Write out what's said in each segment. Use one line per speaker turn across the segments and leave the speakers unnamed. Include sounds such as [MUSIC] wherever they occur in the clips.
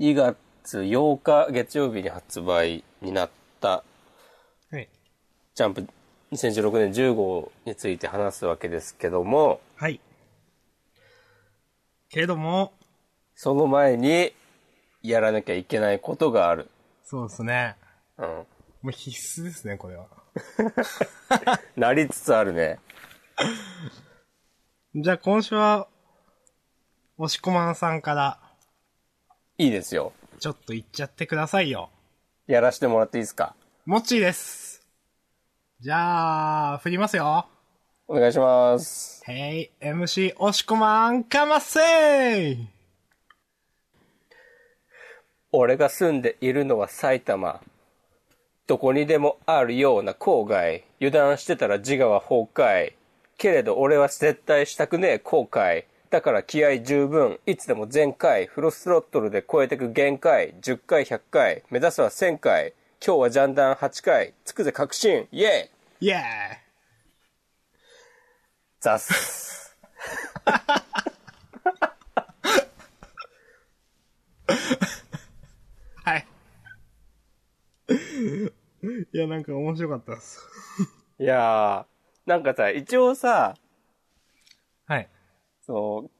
2月8日月曜日に発売になった
はい。
ジャンプ2016年10号について話すわけですけども、
はい。けども、
その前にやらなきゃいけないことがある。
そうですね。
うん。
もう必須ですね、これは。
なりつつあるね。
じゃあ今週は、押しこまんさんから、
いいですよ。
ちょっと言っちゃってくださいよ。
やらしてもらっていいですか
もっちーです。じゃあ、振りますよ。
お願いします。
Hey, MC 押しこまんかませー
俺が住んでいるのは埼玉。どこにでもあるような郊外。油断してたら自我は崩壊。けれど俺は絶対したくねえ後悔。だから気合十分。いつでも全開。フルスロットルで超えてく限界。10回100回。目指すは1000回。今日はジャンダン8回。つくぜ確信。イェイ
イェーイ
ザッス。
はい。 [LAUGHS] いや、なんか面白かったです。
いやー、なんかさ、一応さ、
はい。
そう、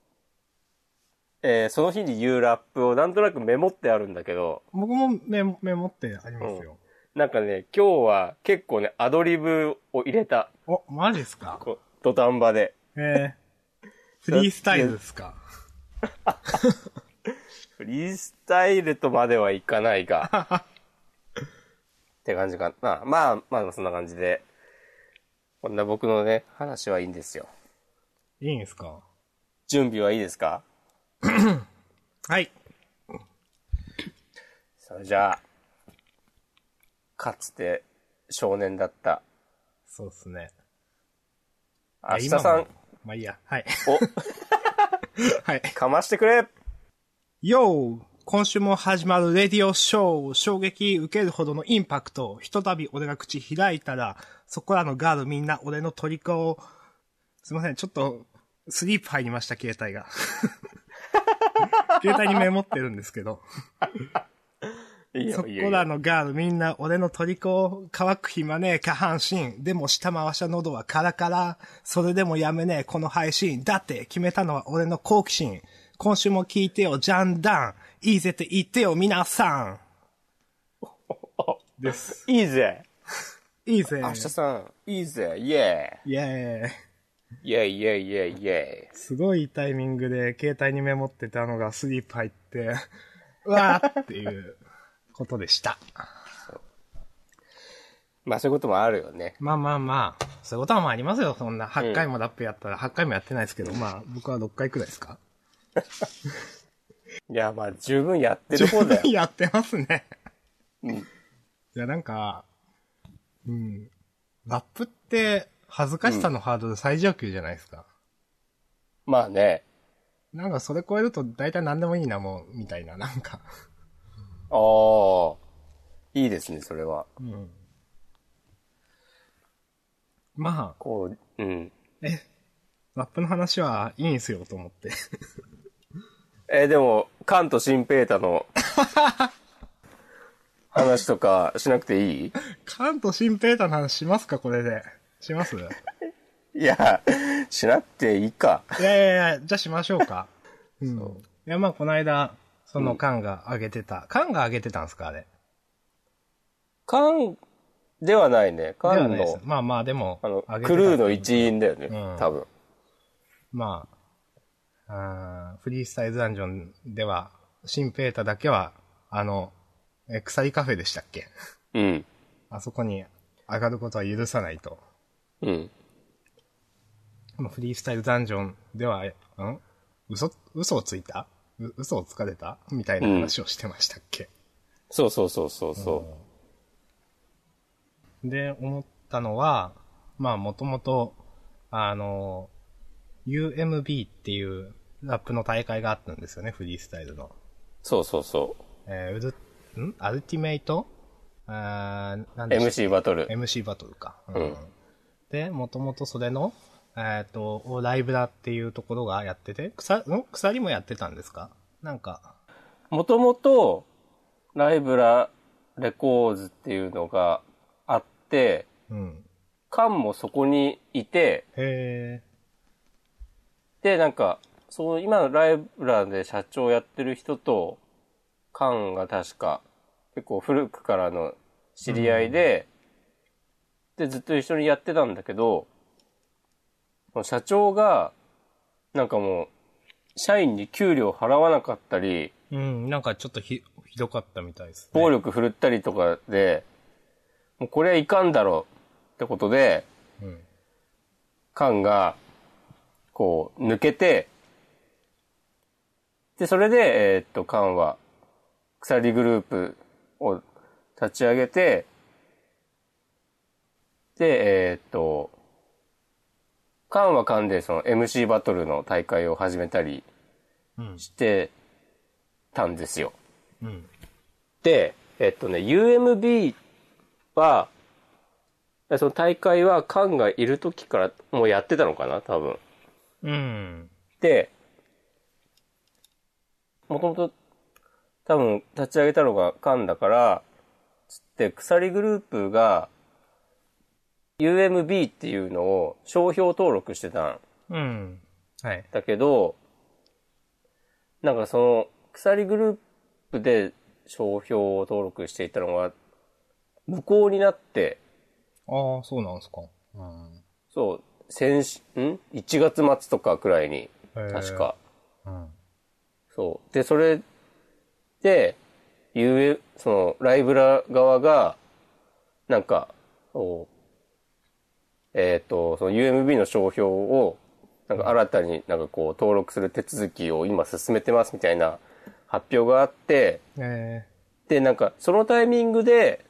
えーその日に言うラップをなんとなくメモってあるんだけど、
僕もメモメモってありますよ。
なんかね、今日は結構ね、アドリブを入れた、
お、マジですか
こう土壇場で。
[LAUGHS] えー、フリースタイルですか
フリースタイルとまではいかないが。
[LAUGHS]
って感じかな。まあ、まあ、そんな感じで。こんな僕のね、話はいいんですよ。
いいんですか
準備はいいですか
はい。
それじゃあ、かつて少年だった、
そうですね。
明日さ
いや今
ん
もまあいいや。はい。 [LAUGHS]
を
はい。
かましてく
[LAUGHS]
れ
よう今週も始まるレディオショー衝撃受けるほどのインパクトひとたび俺が口開いたら、そこらのガールみんな俺の虜を、すいません、ちょっと、スリープ入りました、携
[LAUGHS]
帯が。 [LAUGHS] 携帯にメモってるんですけど。
いい
そ
よ、
こ
いいよ。いい
ら
よ
のガールみんな俺の虜を乾く暇ねえ下半身。でも下回した喉はカラカラ。それでもやめねえこの配信。だって決めたのは俺の好奇心。今週も聞いてよ、ジャンダン。いいぜって言ってよ、皆さん。です。
いいぜ。
いいぜ。
明日さん、いいぜ。イェ
イェーイ。
イ。イェイイェイイェイイェイ。
すごいタイミングで携帯にメモってたのがスリープ入って、うわーっていうことでした。
まあそういうこともあるよね。
まあまあまあ、そういうことはまあありますよ、そんな。8回もラップやったら、8回もやってないですけど、まあ、僕は6回くらいですか
いや、まあ十分やってる方だよ。
やってますね。
うん
いや、なんか、うん。ラップって、恥ずかしさのハードル最上級じゃないですか。
まあね。
なんか、それ超えると、大体何でもいいな、もう、みたいな、なんか。
ああ。いいですね、それは。
うん。まあ、
こう、うん。
え、ラップの話はいいんすよ、と思って。 [LAUGHS]
えーでも、カント・シンペータ [LAUGHS] の話とかしなくていい
カント・シンペーターの話しますか、これで。します
いや、しなくていいか。
いやいやいや、じゃあしましょう [LAUGHS] か。うん。いや、まあ、この間、その缶が上げてた。缶が上げてたんですか、あれ。
カンではないね。カ
では
ン
ないです
の、。
まあまあ、でも、
あの、
上げてた
クルーの一員だよね、
うん
多分。
まあ、あーフリースタイルダンジョンでは、シンペータだけは、あの、え、鎖カフェでしたっけ
うん。
あそこに上がることは許さないと。
うん。
まあフリースタイルダンジョンでは、えん嘘、嘘をついたう嘘をつかれたみたいな話をしてましたっけ、
そうそうそうそうそう。
で、思ったのは、まあ、もともと、あの、UMB っていうラップの大会があったんですよね、フリースタイルの。
そうそうそ
えーウル、んアルティメイトあーなん
う。
でしたっ
MC バトル
け。MC バトルか。うん
うん
で、もともとそれの、えっ、と、をライブラっていうところがやってて、くさ、ん鎖もやってたんですかなんか、
もともと、ライブラレコーズっていうのがあって、
うん。
カンもそこにいて、
へえ。
で、なんか、そう、今のライブラで社長やってる人と、カンが確か、結構古くからの知り合いで、で、ずっと一緒にやってたんだけど、その社長が、なんかもう、社員に給料払わなかったり、
うん、なんかちょっとひ、ひどかったみたいですね。
暴力振るったりとかで、もうこれはいかんだろうってことで、
うん。
カンが、こう、抜けて、で、それで、えーっと、カンは、鎖グループを立ち上げて、で、えーっと、カンはカンで、その MC バトルの大会を始めたり
うん。
してたんですよ。
うん。
で、えっとね、UMB は、その大会はカンがいる時からもうやってたのかな、多分。
うん。
で、もともと多分立ち上げたのがカンだから、つって鎖グループが UMB っていうのを商標登録してたん
うん。はい。
だけど、なんかその鎖グループで商標を登録していたのが無効になって、
ああ、そうなんですか。うん。
そう、先し、ん ?1 月末とかくらいに、確か。
うん。
そう。で、それで、ゆえ、その、ライブラ側が、なんか、こうえっ、と、その UMB の商標を、なんか新たになんかこう、登録する手続きを今進めてますみたいな発表があって、
え
で、なんか、そのタイミングで、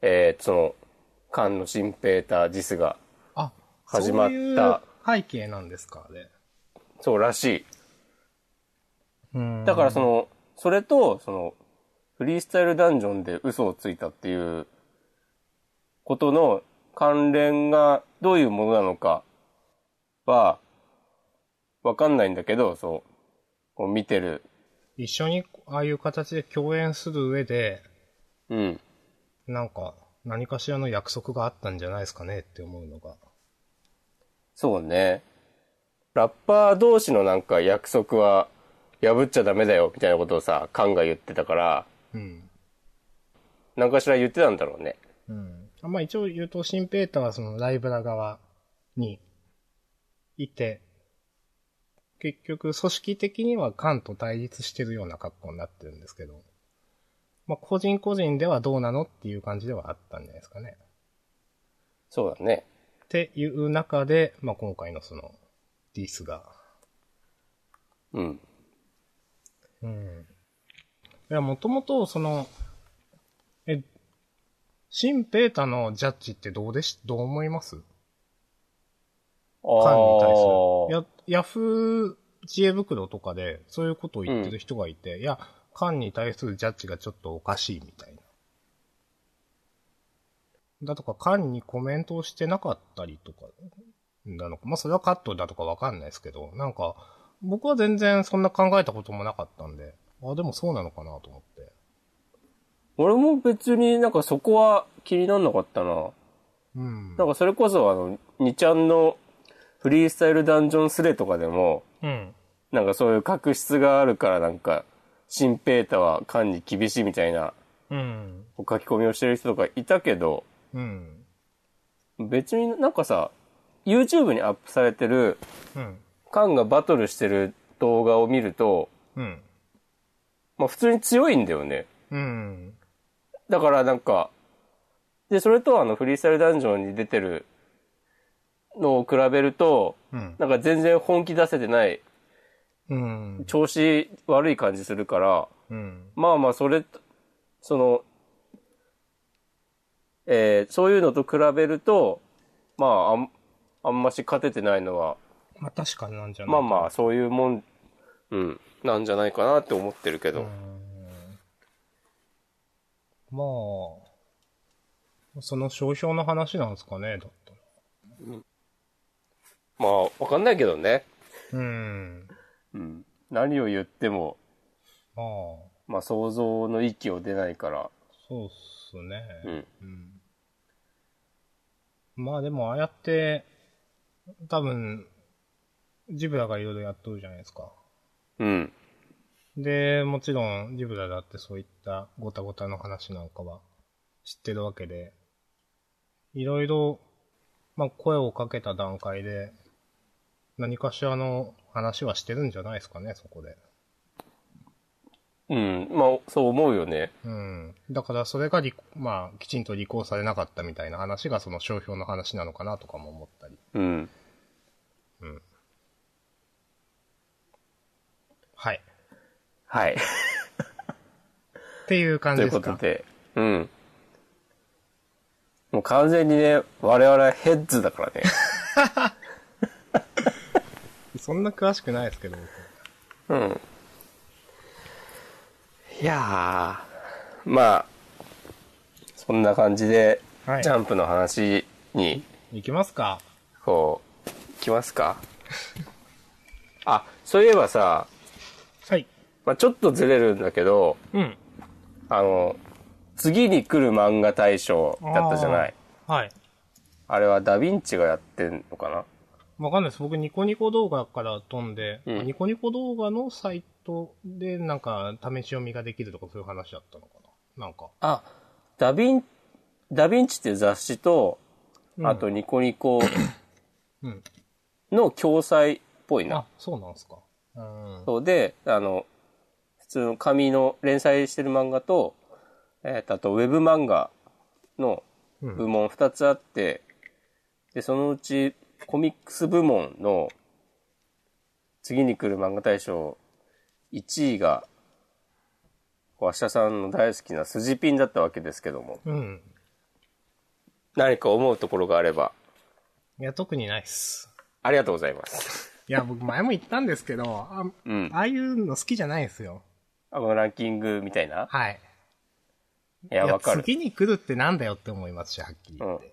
えーと、その、菅野新平太ジスが、
ー、あ、
始まった
そういう背景なんですか、あれ。
そうらしい。
うん
だからその、それと、その、フリースタイルダンジョンで嘘をついたっていう、ことの関連がどういうものなのかは、わかんないんだけど、そう、こう見てる。
一緒にああいう形で共演する上で、
うん。
なんか、何かしらの約束があったんじゃないですかねって思うのが。
そうね。ラッパー同士のなんか約束は破っちゃダメだよ、みたいなことをさ、カンが言ってたから、
うん。
何かしら言ってたんだろうね。
うん。あまあ一応言うと、シンペーターはそのライブラ側にいて、結局組織的にはカンと対立してるような格好になってるんですけど、まあ個人個人ではどうなのっていう感じではあったんじゃないですかね。
そうだね。
っていう中で、まあ今回のその、ディスが、
うん。
うん。いや、もともと、その、え、シンペータのジャッジってどうでし、どう思います
あ
カンに対
ー
する。や、ヤフー知恵袋とかで、そういうことを言ってる人がいて、いや、カンに対するジャッジがちょっとおかしいみたいな。だとか、カンにコメントをしてなかったりとか、なのか。まあ、それはカットだとかわかんないですけど、なんか、僕は全然そんな考えたこともなかったんで、あ、でもそうなのかなと思って。
俺も別になんかそこは気になんなかったな。
うん。
なんかそれこそあの、2ちゃんのフリースタイルダンジョンスレとかでも、
うん。
なんかそういう確執があるからなんか、新ペータは管に厳しいみたいな
うん。
書き込みをしてる人とかいたけど、
うん。
別になんかさ、YouTube にアップされてる、
うん。
カンがバトルしてる動画を見ると、
うん。
まあ普通に強いんだよね。
うん。
だからなんか、で、それとあのフリースタイルダンジョンに出てるのを比べると、
うん。
なんか全然本気出せてない、
うん。
調子悪い感じするから、
うん。
まあまあそれ、その、えーそういうのと比べると、まああん、あんまし勝ててないのは、
まあ確かになんじゃない
まあまあそういうもん、うん、なんじゃないかなって思ってるけど。
まあ、その商標の話なんですかね、だったら。
まあ、わかんないけどね。
うん。
うん。何を言っても、
ああ。
まあ想像の域を出ないから、
そうっすね。
うん。
うんまあでも、ああやって、多分、ジブラがいろいろやっとるじゃないですか。
うん。
で、もちろん、ジブラだってそういったごたごたの話なんかは知ってるわけで、いろいろ、まあ声をかけた段階で、何かしらの話はしてるんじゃないですかね、そこで。
うん。まあそう思うよね。
うん。だからそれが履、まあ、きちんと履行されなかったみたいな話がその商標の話なのかなとかも思ったり。
うん。
はい。
はい。
っていう感
とい
じ
う
で
こ
すか。
[LAUGHS] とで、うん。もう完全にね、我々ヘッズだから [LAUGHS] ね。
そんな詳しくないですけど、僕
うん。いやー、まあ、そんな感じで、
はい
ジャンプの話に、
いきますか。
こう、行きます [LAUGHS] か。あ、そういえばさ、
はい。
まあ、ちょっとずれるんだけど、
うん。
あの、次に来る漫画大賞だったじゃない。
はい。
あれはダヴィンチがやってんのかな
わかんないです。僕、ニコニコ動画から飛んで、
うん
ニコニコ動画のサイトで、なんか、試し読みができるとか、そういう話だったのかな。なんか。
あ、ダヴィン、ダヴィンチっていう雑誌と、
うん
あとニコニコ
うん。
の共催っぽいな
あ。、そうなんすか。うん。
そうで、あの、普通の紙の連載してる漫画と、えーとあとウェブ漫画の
うん
部門2つあって、で、そのうちコミックス部門の次に来る漫画大賞1位が、こう明日さんの大好きなスジピンだったわけですけども、
うん。
何か思うところがあれば、
いや、特にないっす。
ありがとうございます。
いや、僕、前も言ったんですけど、あ
うん。
ああいうの好きじゃないんですよ。
あ、このランキングみたいな
はい。
いや、
いや
わかる。
次に来るってなんだよって思いますし、はっきり言って。
うん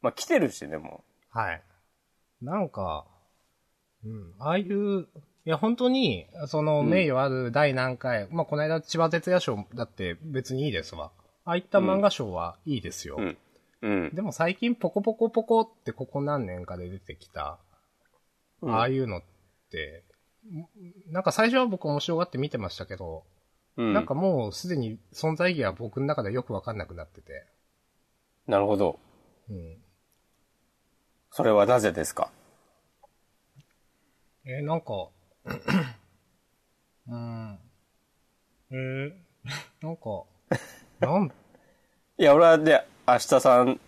まあ、来てるしね、も
はい。なんか、うん、ああいう、いや、本当に、その、
ん
名誉ある第何回、まあ、この間、千葉哲也賞だって別にいいですわ。ああいった漫画賞はいいですよ。
うんう。うん。
でも最近、ポコポコポコってここ何年かで出てきた、
うん
ああいうのって、んなんか最初は僕面白がって見てましたけど、
うん
なんかもうすでに存在意義は僕の中でよくわかんなくなってて、
なるほど。
うん。
それはなぜですか
えーなんか、うん。えーなんか、なん、
いや、俺はね、明日さん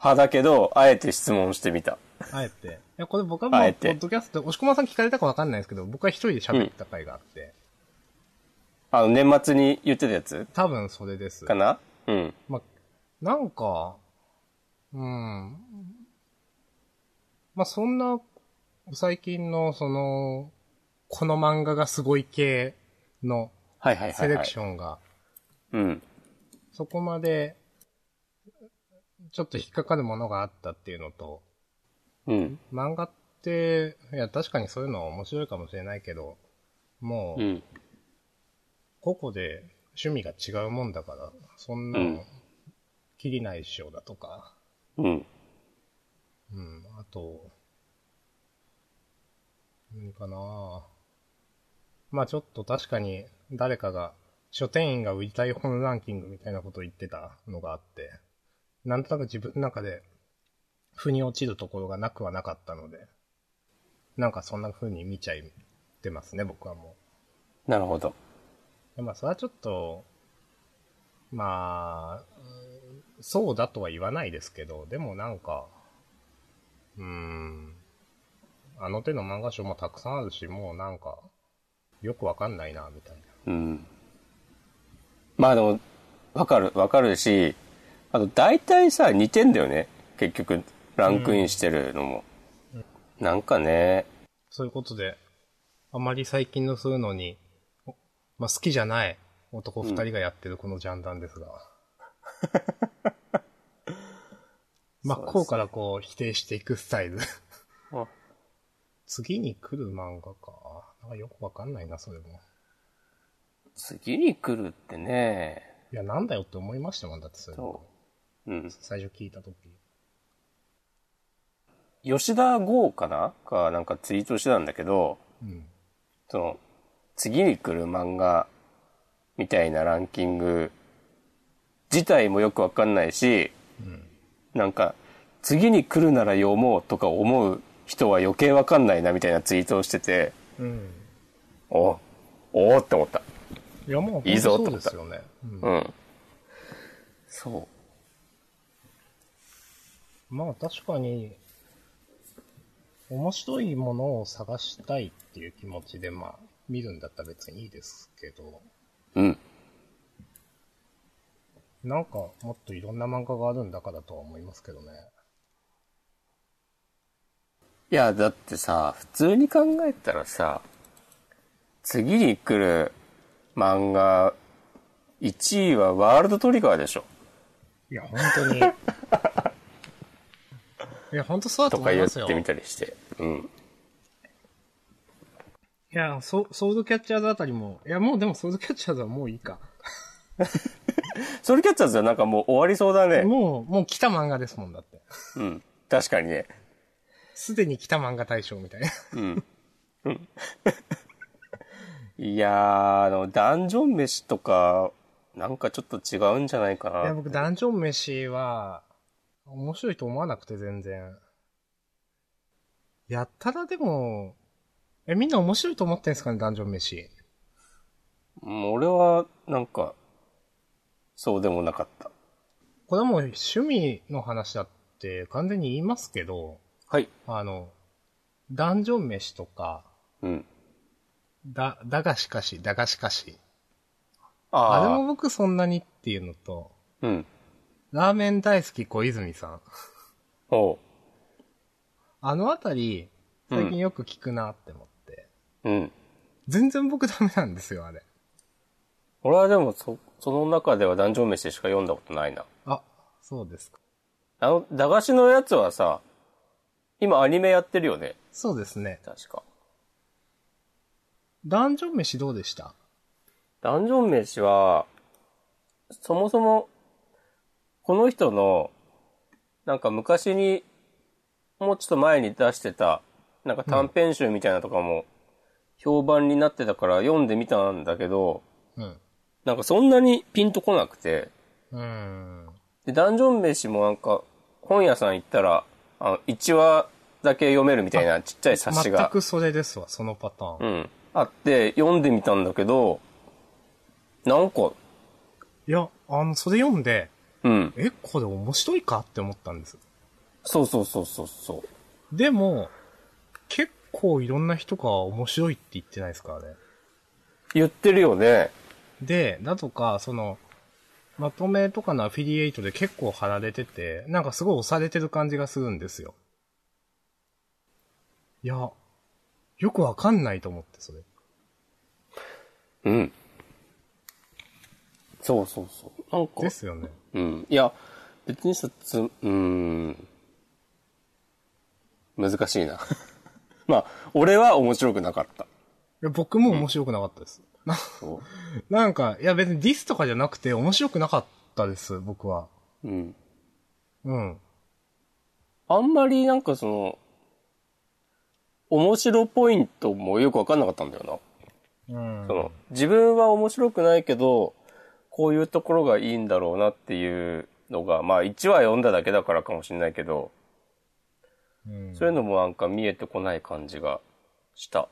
派だけど、あえて質問してみた。
あえて。いや、これ僕は
あ
も
え
う、ポ
て
ッドキャストで、押駒さん聞かれたかわかんないですけど、僕は一人で喋った回があって、
あの、年末に言ってたやつ
多分それです。
かなうん。
まあ、なんか、うん。まあ、そんな、最近の、その、この漫画がすごい系の
はいはいはい、はい。
セレクションが、
うん。
そこまで、ちょっと引っかかるものがあったっていうのと、
うん。
漫画って、いや、確かにそういうのは面白いかもしれないけど、も
う
う、
ん。
個々で趣味が違うもんだから、そんな
う
の
ん、
きりないっしょだとか、
うん。
うん、あと、何かなまあちょっと確かに、誰かが、書店員が売りたい本ランキングみたいなことを言ってたのがあって、なんとなく自分の中で、腑に落ちるところがなくはなかったので、なんかそんな風に見ちゃいってますね、僕はも
なるほど。
う。まあそれはちょっと、まあ、うんそうだとは言わないですけど、でもなんか、うーん、あの手の漫画賞もたくさんあるし、もうなんか、よくわかんないな、みたいな。
うん。まあでも、わかる、わかるし、あと大体さ、似てんだよね。結局、ランクインしてるのも。なんかね、
そういうことで、あまり最近のそういうのに、おまあ、好きじゃない男二人がやってるこのジャンダンですが。真っ向からこう否定していくスタイル。
あ
次に来る漫画か。なんかよくわかんないな、それも。
次に来るってね。
いや、なんだよって思いましたもん、だってそれ。
そう。うん。
最初聞いた時
吉田豪かなか、なんかツイートしてたんだけど、
うん。
その、次に来る漫画みたいなランキング自体もよくわかんないし、なんか、次に来るなら読もうとか思う人は余計わかんないなみたいなツイートをしてて、
うん。
おおーって思った。
いや、もう、
いいぞ
そうですよね。うん
うん。そ
まあ、確かに、面白いものを探したいっていう気持ちで、まあ、見るんだったら別にいいですけど、
う。うん。
なんか、もっといろんな漫画があるんだからとは思いますけどね。
いや、だってさ、普通に考えたらさ、次に来る漫画、1位はワールドトリガーでしょ。
いや、本当
[LAUGHS]
に。いや、本当そうだ
と
と思
か
い
言
ま
っ
すよ。
てみたりして。うん。
いやソ、ソードキャッチャーズあたりも、いや、もうでもソードキャッチャーズはもういいか。
ソルキャッチャーズはなんかもう終わりそうだね。
もう、もう来た漫画ですもんだって。
うん。確かにね。
すでに来た漫画大賞みたいな。
うん。うん。いやー、あの、ダンジョン飯とか、なんかちょっと違うんじゃないか
いや、
な。
僕、ダンジョン飯は、面白いと思わなくて、全然。やったらでも、え、みんな面白いと思ってんすかね、ダンジョン飯。
うん俺は、なんか、そうでもなかった。
これはもう趣味の話だって完全に言いますけど、
はい。
あの、ダンジョン飯とか、
うん。
だ、だがしかし、だがしかし。あれも
ああ。
僕そんなにっていうのと、
うん。
ラーメン大好き小泉さん。
おう。
あのあたり、
うん
最近よく聞くなって思って。
うん。
全然僕ダメなんですよ、あれ。
俺はでも、そ、その中ではダンジョン飯しか読んだことないな。
あ、そうですか。
あの、駄菓子のやつはさ、今アニメやってるよね。
そうですね。
確か。
ダンジョン飯どうでした
ダンジョン飯は、そもそも、この人の、なんか昔に、もうちょっと前に出してた、なんか短編集みたいなとかも、評判になってたから読んでみたんだけど、
うん。
なんかそんなにピンとこなくて、
うーん。
で、ダンジョン飯もなんか、本屋さん行ったら、あの、1話だけ読めるみたいなちっちゃい冊子
全
が。
くそれですわ、そのパターン。
うん。あって、読んでみたんだけど、なんか、
いや、あの、それ読んで、
うん。
え、これ面白いかって思ったんです。
そうそうそうそうそう。
でも、結構いろんな人が面白いって言ってないですからね。
言ってるよね。
で、だとか、その、まとめとかのアフィリエイトで結構貼られてて、なんかすごい押されてる感じがするんですよ。いや、よくわかんないと思って、それ。
うん。そうそうそう。なん
で
か、
すよね。
うん。いや、別にさ、つ、うーん。難しいな。 [LAUGHS] まあ、俺は面白くなかった。
いや僕も面白くなかったです。な
そ
なんか、いや別にディスとかじゃなくて面白くなかったです、僕は。
う。うん。
うん。
あんまりなんかその、面白ポイントもよくわかんなかったんだよな。
うん
そ。の、自分は面白くないけど、こういうところがいいんだろうなっていうのが、まあ1話読んだだけだからかもしれないけど、
うん
そういうのもなんか見えてこない感じがした。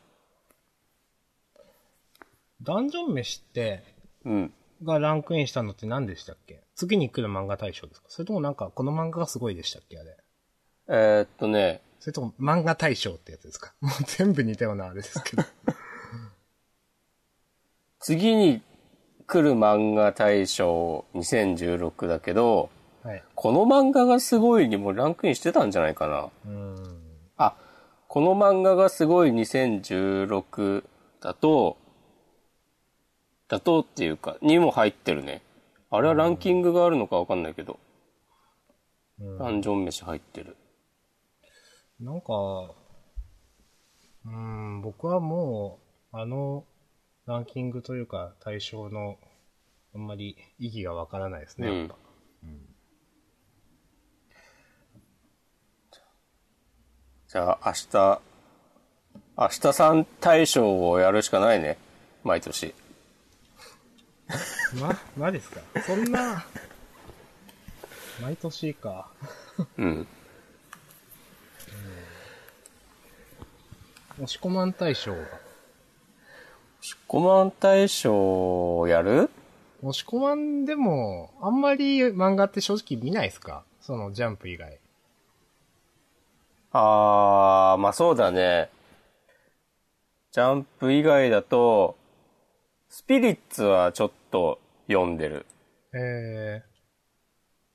ダンジョン飯って、
うん。
がランクインしたのって何でしたっけ次に来る漫画大賞ですかそれともなんか、この漫画がすごいでしたっけあれ。
えーっとね、
それとも漫画大賞ってやつですか [LAUGHS] もう全部似たようなあれです
[LAUGHS]
けど。
次に来る漫画大賞2016だけど、
はい。
この漫画がすごいにもランクインしてたんじゃないかな。
うん。
あ、この漫画がすごい2016だと、だとっていうか、にも入ってるね。あれはランキングがあるのかわかんないけど、
うん
ダンジョン飯入ってる。
なんか、うん、僕はもう、あの、ランキングというか対象の、あんまり意義がわからないですね。
うん。じゃあ、明日、明日さん大賞をやるしかないね。毎年。
ま、マジっすかそんな、毎年か。
うん。
押し込まん大賞が。
5万大賞をやる
押し込まんでも、あんまり漫画って正直見ないっすかそのジャンプ以外。
あー、まあそうだね。ジャンプ以外だと、スピリッツはちょっと読んでる。
え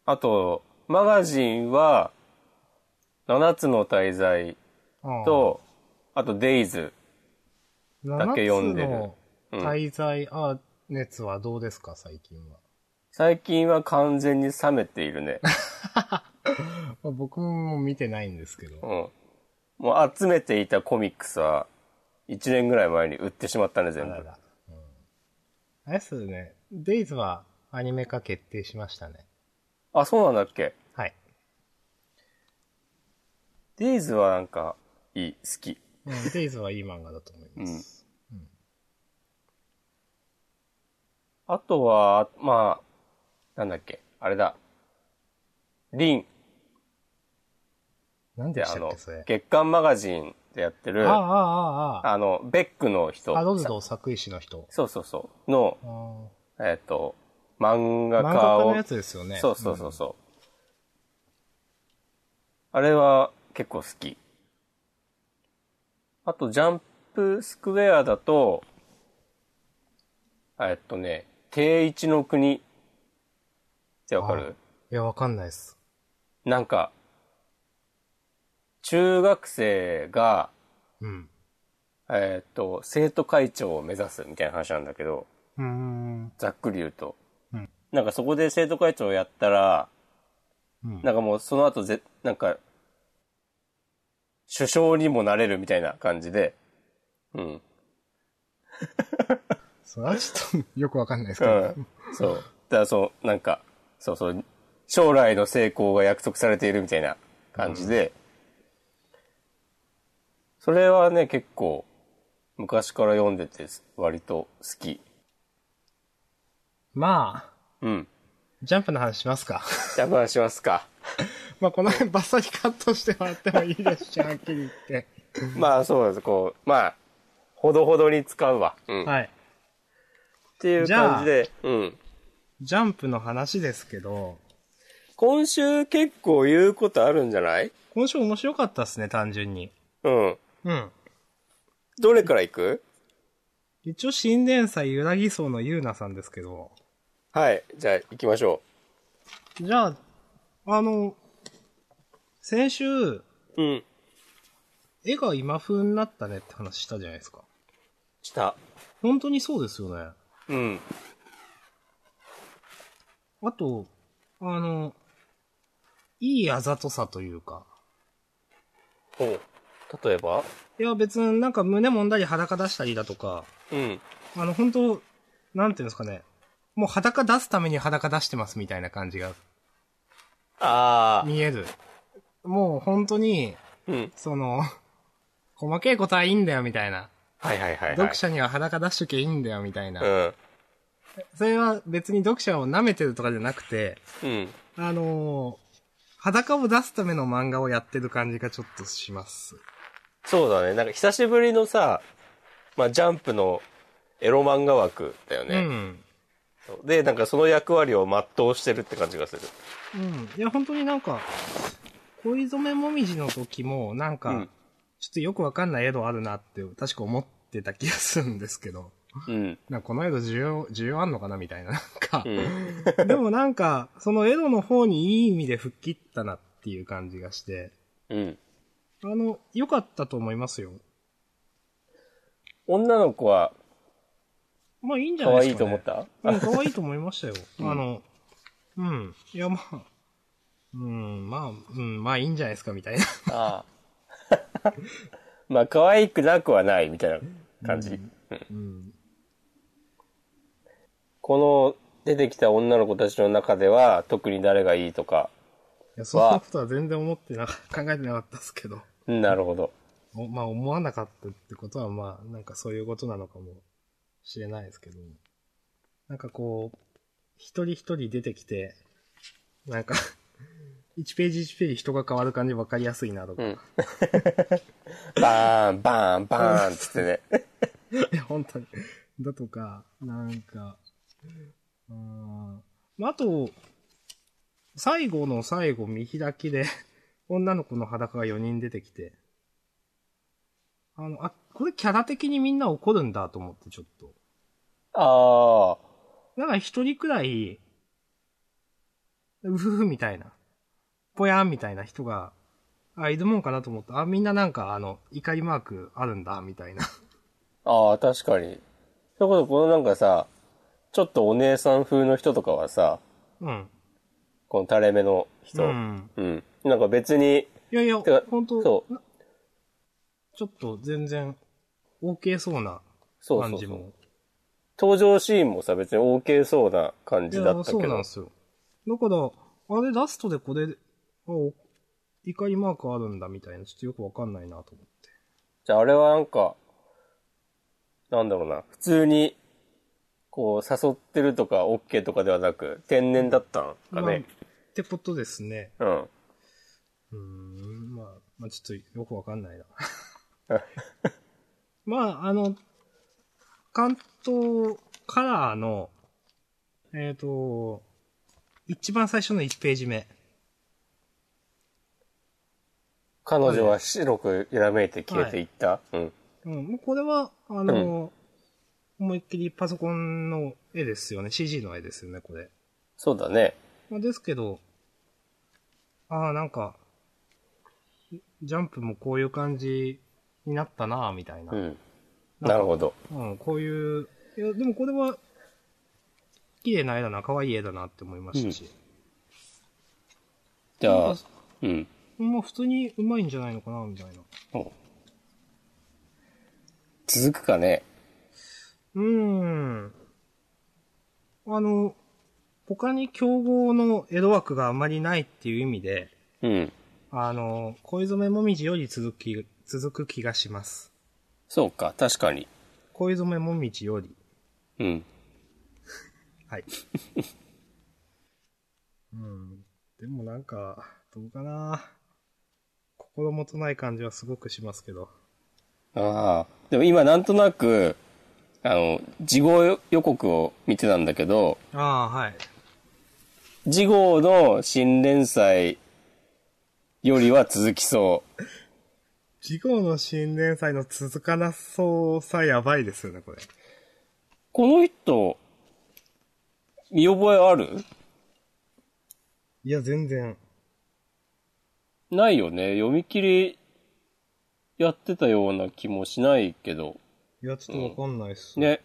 あと、マガジンは、7つの滞在
ー、あー、
と、あとデイズ。だけ読んでる
7つの滞在アー熱はどうですか最近は。
最近は完全に冷めている
[LAUGHS]
ね。
まあ僕も見てないんですけど。
うん。もう集めていたコミックスは、1年ぐらい前に売ってしまったね、
あ
全
ら
部。
ら。うんあれっすね。デイズはアニメ化決定しましたね。
あ、そうなんだっけ
はい。
デイズはなんか、いい、好き。
うん、 [LAUGHS] デイズはいい漫画だと思います。
あとは、まあ、なんだっけ、あれだ。リンっ
なん
て
で
あ
したっ
の
け、それ。
月刊マガジンでやって
あ
る、
あ、あ
あ
あ、ああ。
の、ベックの人。
ハロルド作詞の人。
そうそうそう。の、
あー
えっ、と、漫画
漫画
家
家
を。
のやつですよね。
そうそうそうそう。あれは結構好き。あと、ジャンプスクエアだと、えっとね、定一の国ってわかる
うん。いや、わかんないです。
なんか、中学生が、
うん。
えっと、生徒会長を目指すみたいな話なんだけど、
うーん。
ざっくり言うと。
うん
なんかそこで生徒会長をやったら、
うん
なんかもうその後ぜ、なんか、首相にもなれるみたいな感じで、うん。
それはちょっと [LAUGHS] よくわかんないです
う
けど。
ん。そう。だからそう、なんか、そうそう、将来の成功が約束されているみたいな感じで、それはね、結構、昔から読んでて、割と好き。
まあ、
うん。
ジャンプの話しますか。
じゃあ、話しますか。
まあ、この辺バッサリカットしてもらってもいいです [LAUGHS] し、はっきり言って。
[LAUGHS] まあ、そうです。こう、まあ、ほどほどに使うわ。うん。っ
はい。
ていう感じで、うん。
ジャンプの話ですけど、
今週結構言うことあるんじゃない
今週面白かったですね、単純に。
うん。
うん。
どれから行く
一応、新連載ゆらぎそうのゆうなさんですけど、
はい。じゃあ行きましょ
じゃあ、あの、先週、
う。うん。
絵が今風になったねって話したじゃないですか。
した。
本当にそうですよね。
うん。
あと、あの、いいあざとさというか。
ほう。例えば
いや別になんか胸揉んだり裸出したりだとか、
うん。
あの本当なんていうんですかね。もう裸出すために裸出してますみたいな感じが
ああ。
見える。もう本当に、
うん。
その、細けいことはいいんだよみたいな。
はいはいはい、はい。
読者には裸出しときゃいいんだよみたいな。それは別に読者を舐めてるとかじゃなくて、
うん。うん。
あのー裸を出すための漫画をやってる感じがちょっとします。
そうだね。なんか久しぶりのさ、まあジャンプのエロ漫画枠だよ
う
ね。
ん。
で、なんかその役割を全うしてるって感じがする。
うん。いや、本当になんか、恋染めもみじの時も、なんか、
うん
ちょっとよくわかんないエロあるなって、確か思ってた気がするんですけど、
うん。
なんかこのエロ需要、需要あんのかなみたいな、なんか
う。ん。
でもなんか、そのエロの方にいい意味で吹っ切ったなっていう感じがして、
うん。
あの、良かったと思いますよ。
女の子は
まあいいんじゃ
可
ない
愛
で
い
す
と
か、ね。
思った、
うん、可愛いと思い
[LAUGHS]
ましたよ。あの、うん。いや、まあ、うん、まあ、うん、まあいいんじゃないですか、みたいな。
ああ。 [LAUGHS] まあ、可愛くなくはないみたいな感じ。
うん。
この出てきた女の子たちの中では、特に誰がいいとか。
いや、そんなことは全然思ってな、考えてなかったですけど。
なるほど。
おまあ、思わなかったってことは、まあ、なんかそういうことなのかもしれないですけど。なんかこう、一人一人出てきて、なんか、1ページ1ページ人が変わる感じ分かりやすいなとか。
うん [LAUGHS] バーン、バーン、バーンっつってね。
いや [LAUGHS] 本当に。だとか、なんか、うーん。まあ、あと、最後の最後見開きで、女の子の裸が4人出てきて、あの、あ、これキャラ的にみんな怒るんだと思ってちょっと。
[LAUGHS] ああ、
なんか一人くらい、うふふみたいな、ぽやんみたいな人が、あ、いるもんかなと思った。あ、みんななんかあの、怒りマークあるんだ、みたいな。 [LAUGHS]
ああ、確かに。それこそこのなんかさ、ちょっとお姉さん風の人とかはさ、
うん。
この垂れ目の人。
うん。
うんなんか別に、
いやいや
てか、
本当
そ
なちょっと全然、OK そうな
そうそ
感
う
じ
そ
も。
う。登場シーンもさ、別に OK そうな感じだった
いや
け
そうなん
ど
で。すよ。だから、あれラストでこれ、あ、お怒りマークあるんだみたいな、ちょっとよくわかんないなと思って。
じゃああれはなんか、なんだろうな、普通に、こう、誘ってるとか OK とかではなく、天然だったんか
まあ
ね
っ。てことですね。
うん。
うーん、まあ、まあちょっとよくわかんないな。まあ、あの、関東カラーの、えっ、と、一番最初の1ページ目。
彼女は白く揺らめいて消えていった。うん。
うん、もうこれは、あの、思いっきりパソコンの絵ですよね。CG の絵ですよね、これ。
そうだね。
まあ、ですけど、ああ、なんか、ジャンプもこういう感じになったなあみたいな。
うん。なるほど。
うん、こういう、いや、でもこれは、綺麗な絵だな、可愛い絵だなって思いましたし。
じゃあ、うん。
まあ普通にうまいんじゃないのかな、みたいな。
続くかね。
うーん。あの、他に競合の江戸枠があまりないっていう意味で、
うん。
あの、恋染めもみじより続き、続く気がします。
そうか、確かに。
恋染めもみじより。
うん。
はい。 [LAUGHS] うん。でもなんか、どうかな心もとない感じはすごくしますけど。
ああ。でも今なんとなく、あの、事後予告を見てたんだけど、
ああ、はい。
事後の新連載よりは続きそ
事後の新年祭の続かなそうさやばいですよね、これ。
う。この人、見覚えある
いや、全然。
ないよね。読み切りやってたような気もしないけど。
いや、ちょっとわかんないっす、
ね。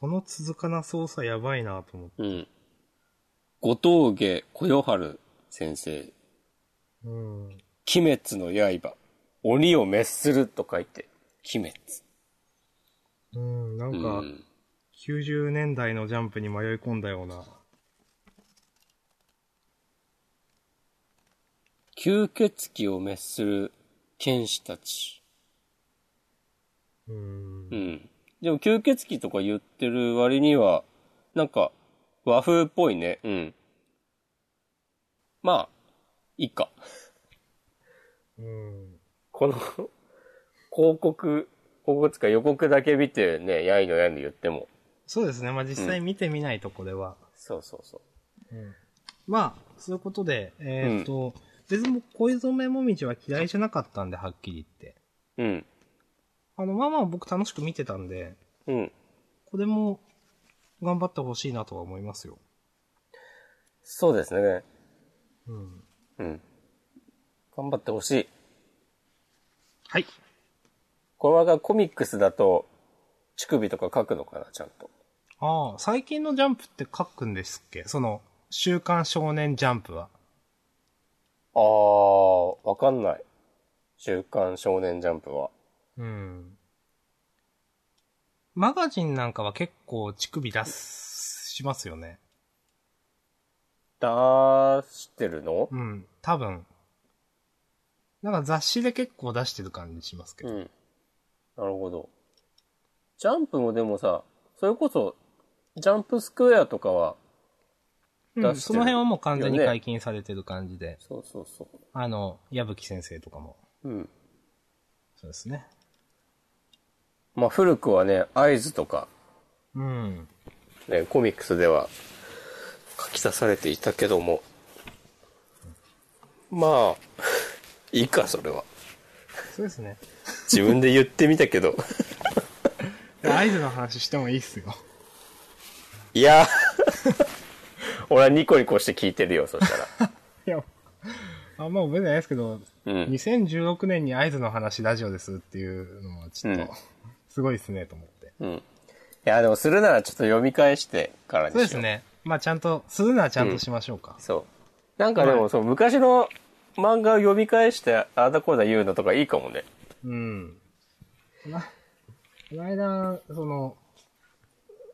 この続かなそうさやばいなと思って。
うん。後藤家小夜春先生、
うん。
鬼滅の刃、鬼を滅すると書いて、鬼
うん、なん
滅。
か、
うん
90年代のジャンプに迷い込んだような。
吸血鬼を滅する剣士たち。
うん
う。ん。でも吸血鬼とか言ってる割には、なんか、和風っぽいね。うん。まあ、いいか。
うん。
この、広告、広告つか予告だけ見てね、やいのやいの言っても。
そうですね。まあ、実際見てみないと、これは。
そうそうそう。
まあ、そういうことで、えーっと、別に恋染めもみじは嫌いじゃなかったんで、はっきり言って。
うん。
あの、まあまあ僕楽しく見てたんで、
うん。
これも頑張ってほしいなとは思いますよ。
そうですね。
うん。
うん。頑張ってほしい。
はい。
これはコミックスだと、乳首とか書くのかな、ちゃんと。
ああ、最近のジャンプって書くんですっけその、週刊少年ジャンプは。
あー、わかんない。週刊少年ジャンプは。
うん。マガジンなんかは結構乳首出す、しますよね。
出してるの
うん、多分。なんか雑誌で結構出してる感じしますけ
う
ど。
ん。なるほど。ジャンプもでもさ、それこそ、ジャンプスクエアとかは、
うん
出してる
その辺はもう完全に解禁されてる感じで。
そうそうそ
あの、矢吹先生とかも。
う。うん。
そうですね。
まあ古くはね、合図とか、
うん。
ね、コミックスでは書き足されていたけども、まあ、いいか、それは。
そうですね。
自分で言ってみたけ
[LAUGHS]
ど。
アイドルの話してもいいっすよ。 [LAUGHS]
いや、俺はニコニコして聞いてるよ、そしたら。
いや、あんま覚えてないですけど、
うん。
2016年にアイドルの話ラジオですっていうのはちょっと、
うん
すごいですねと思って。 [LAUGHS]
うん。いや、でもするならちょっと読み返してからにし
そう
よ
で
う。
すね。まあちゃんと、するならちゃんとしましょうか。
そう。なんかでも、そう、昔の漫画を読み返して、ああだこうだ言うのとかいいかもね。
うん。なこの間、その、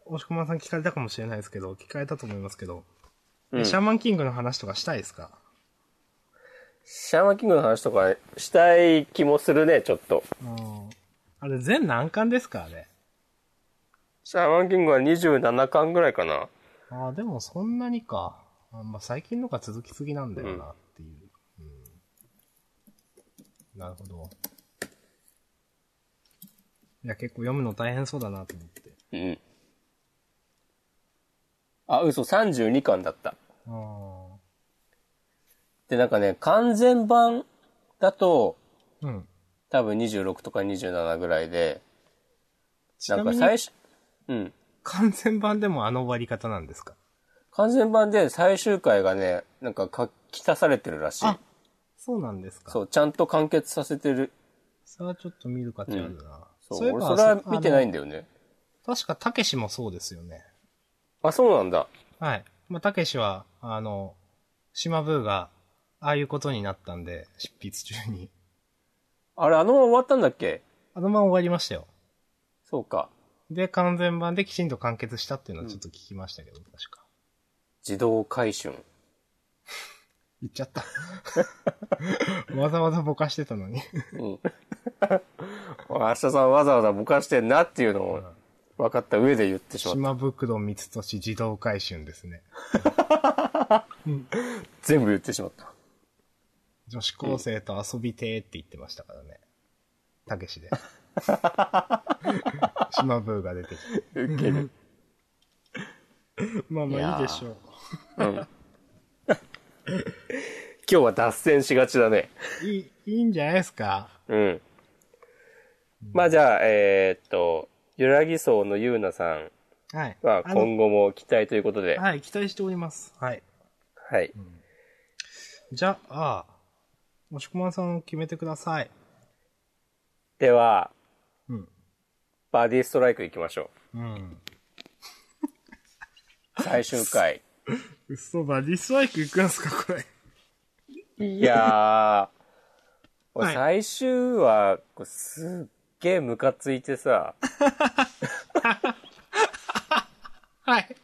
押し込まさん聞かれたかもしれないですけど、聞かれたと思いますけど、
うん
シャーマンキングの話とかしたいですか
シャーマンキングの話とかしたい気もするね、ちょっと。
うん。あれ、全何巻ですかあれ。
シャーマンキングは27巻ぐらいかな。
ああ、でもそんなにか。あまあ、最近のが続きすぎなんだよなっていう。うんなるほど。いや、結構読むの大変そうだなと思って。
うん。あ、嘘、32巻だった。
あ
で、なんかね、完全版だと、
あ。うん。
多分26とか27ぐらいで、
ち
な
なん
か
みに、
最初、うん。
完全版でもあの終わり方なんですか
完全版で最終回がね、なんか書き足されてるらしい。
あそうなんですか。
そう、ちゃんと完結させてる
それはちょっと見る価値あるな。
そう、
いえ
俺
ば
それは見てないん
あ
だよね。
の確か、たけしもそうですよね。
あ、そうなんだ。
はい。まあ、たけしは、あの、島ブーが、ああいうことになったんで、執筆中に。
あれ、あのまま終わったんだっけ
あのまま終わりましたよ。
そうか。
で、完全版できちんと完結したっていうのはちょっと聞きましたけど、確か。
自動回春。
言っちゃった。 [LAUGHS] わざわざぼかしてたのに。
うん。明日さんわざわざぼかしてんなっていうのを分かった上で言ってしまった。
島袋三つ年自動回春ですね。
全部言ってしまった。
女子高生と遊びてーって言ってましたからね。たけし [LAUGHS] で。島ブーが出てきて。
ウケる。
まあ
いや
ま
ー
あいいでしょう。
今日は脱線しがちだね。
いい、いいんじゃないですか
うん。まあじゃあ、えーっと、ゆらぎ荘のゆうなさん
はい。
は
あの
今後も期待ということで。
はい、期待しております。はい。
はい。
じゃあ、もしくまさんを決めてください。
では、
うん。
バディストライク行きましょ
うん。
う。最終回。
嘘ば、リスワイク行くんすか、これ。
[LAUGHS] いやー、
は
俺
い
最終話、こうすっげえムカついてさ、
はい。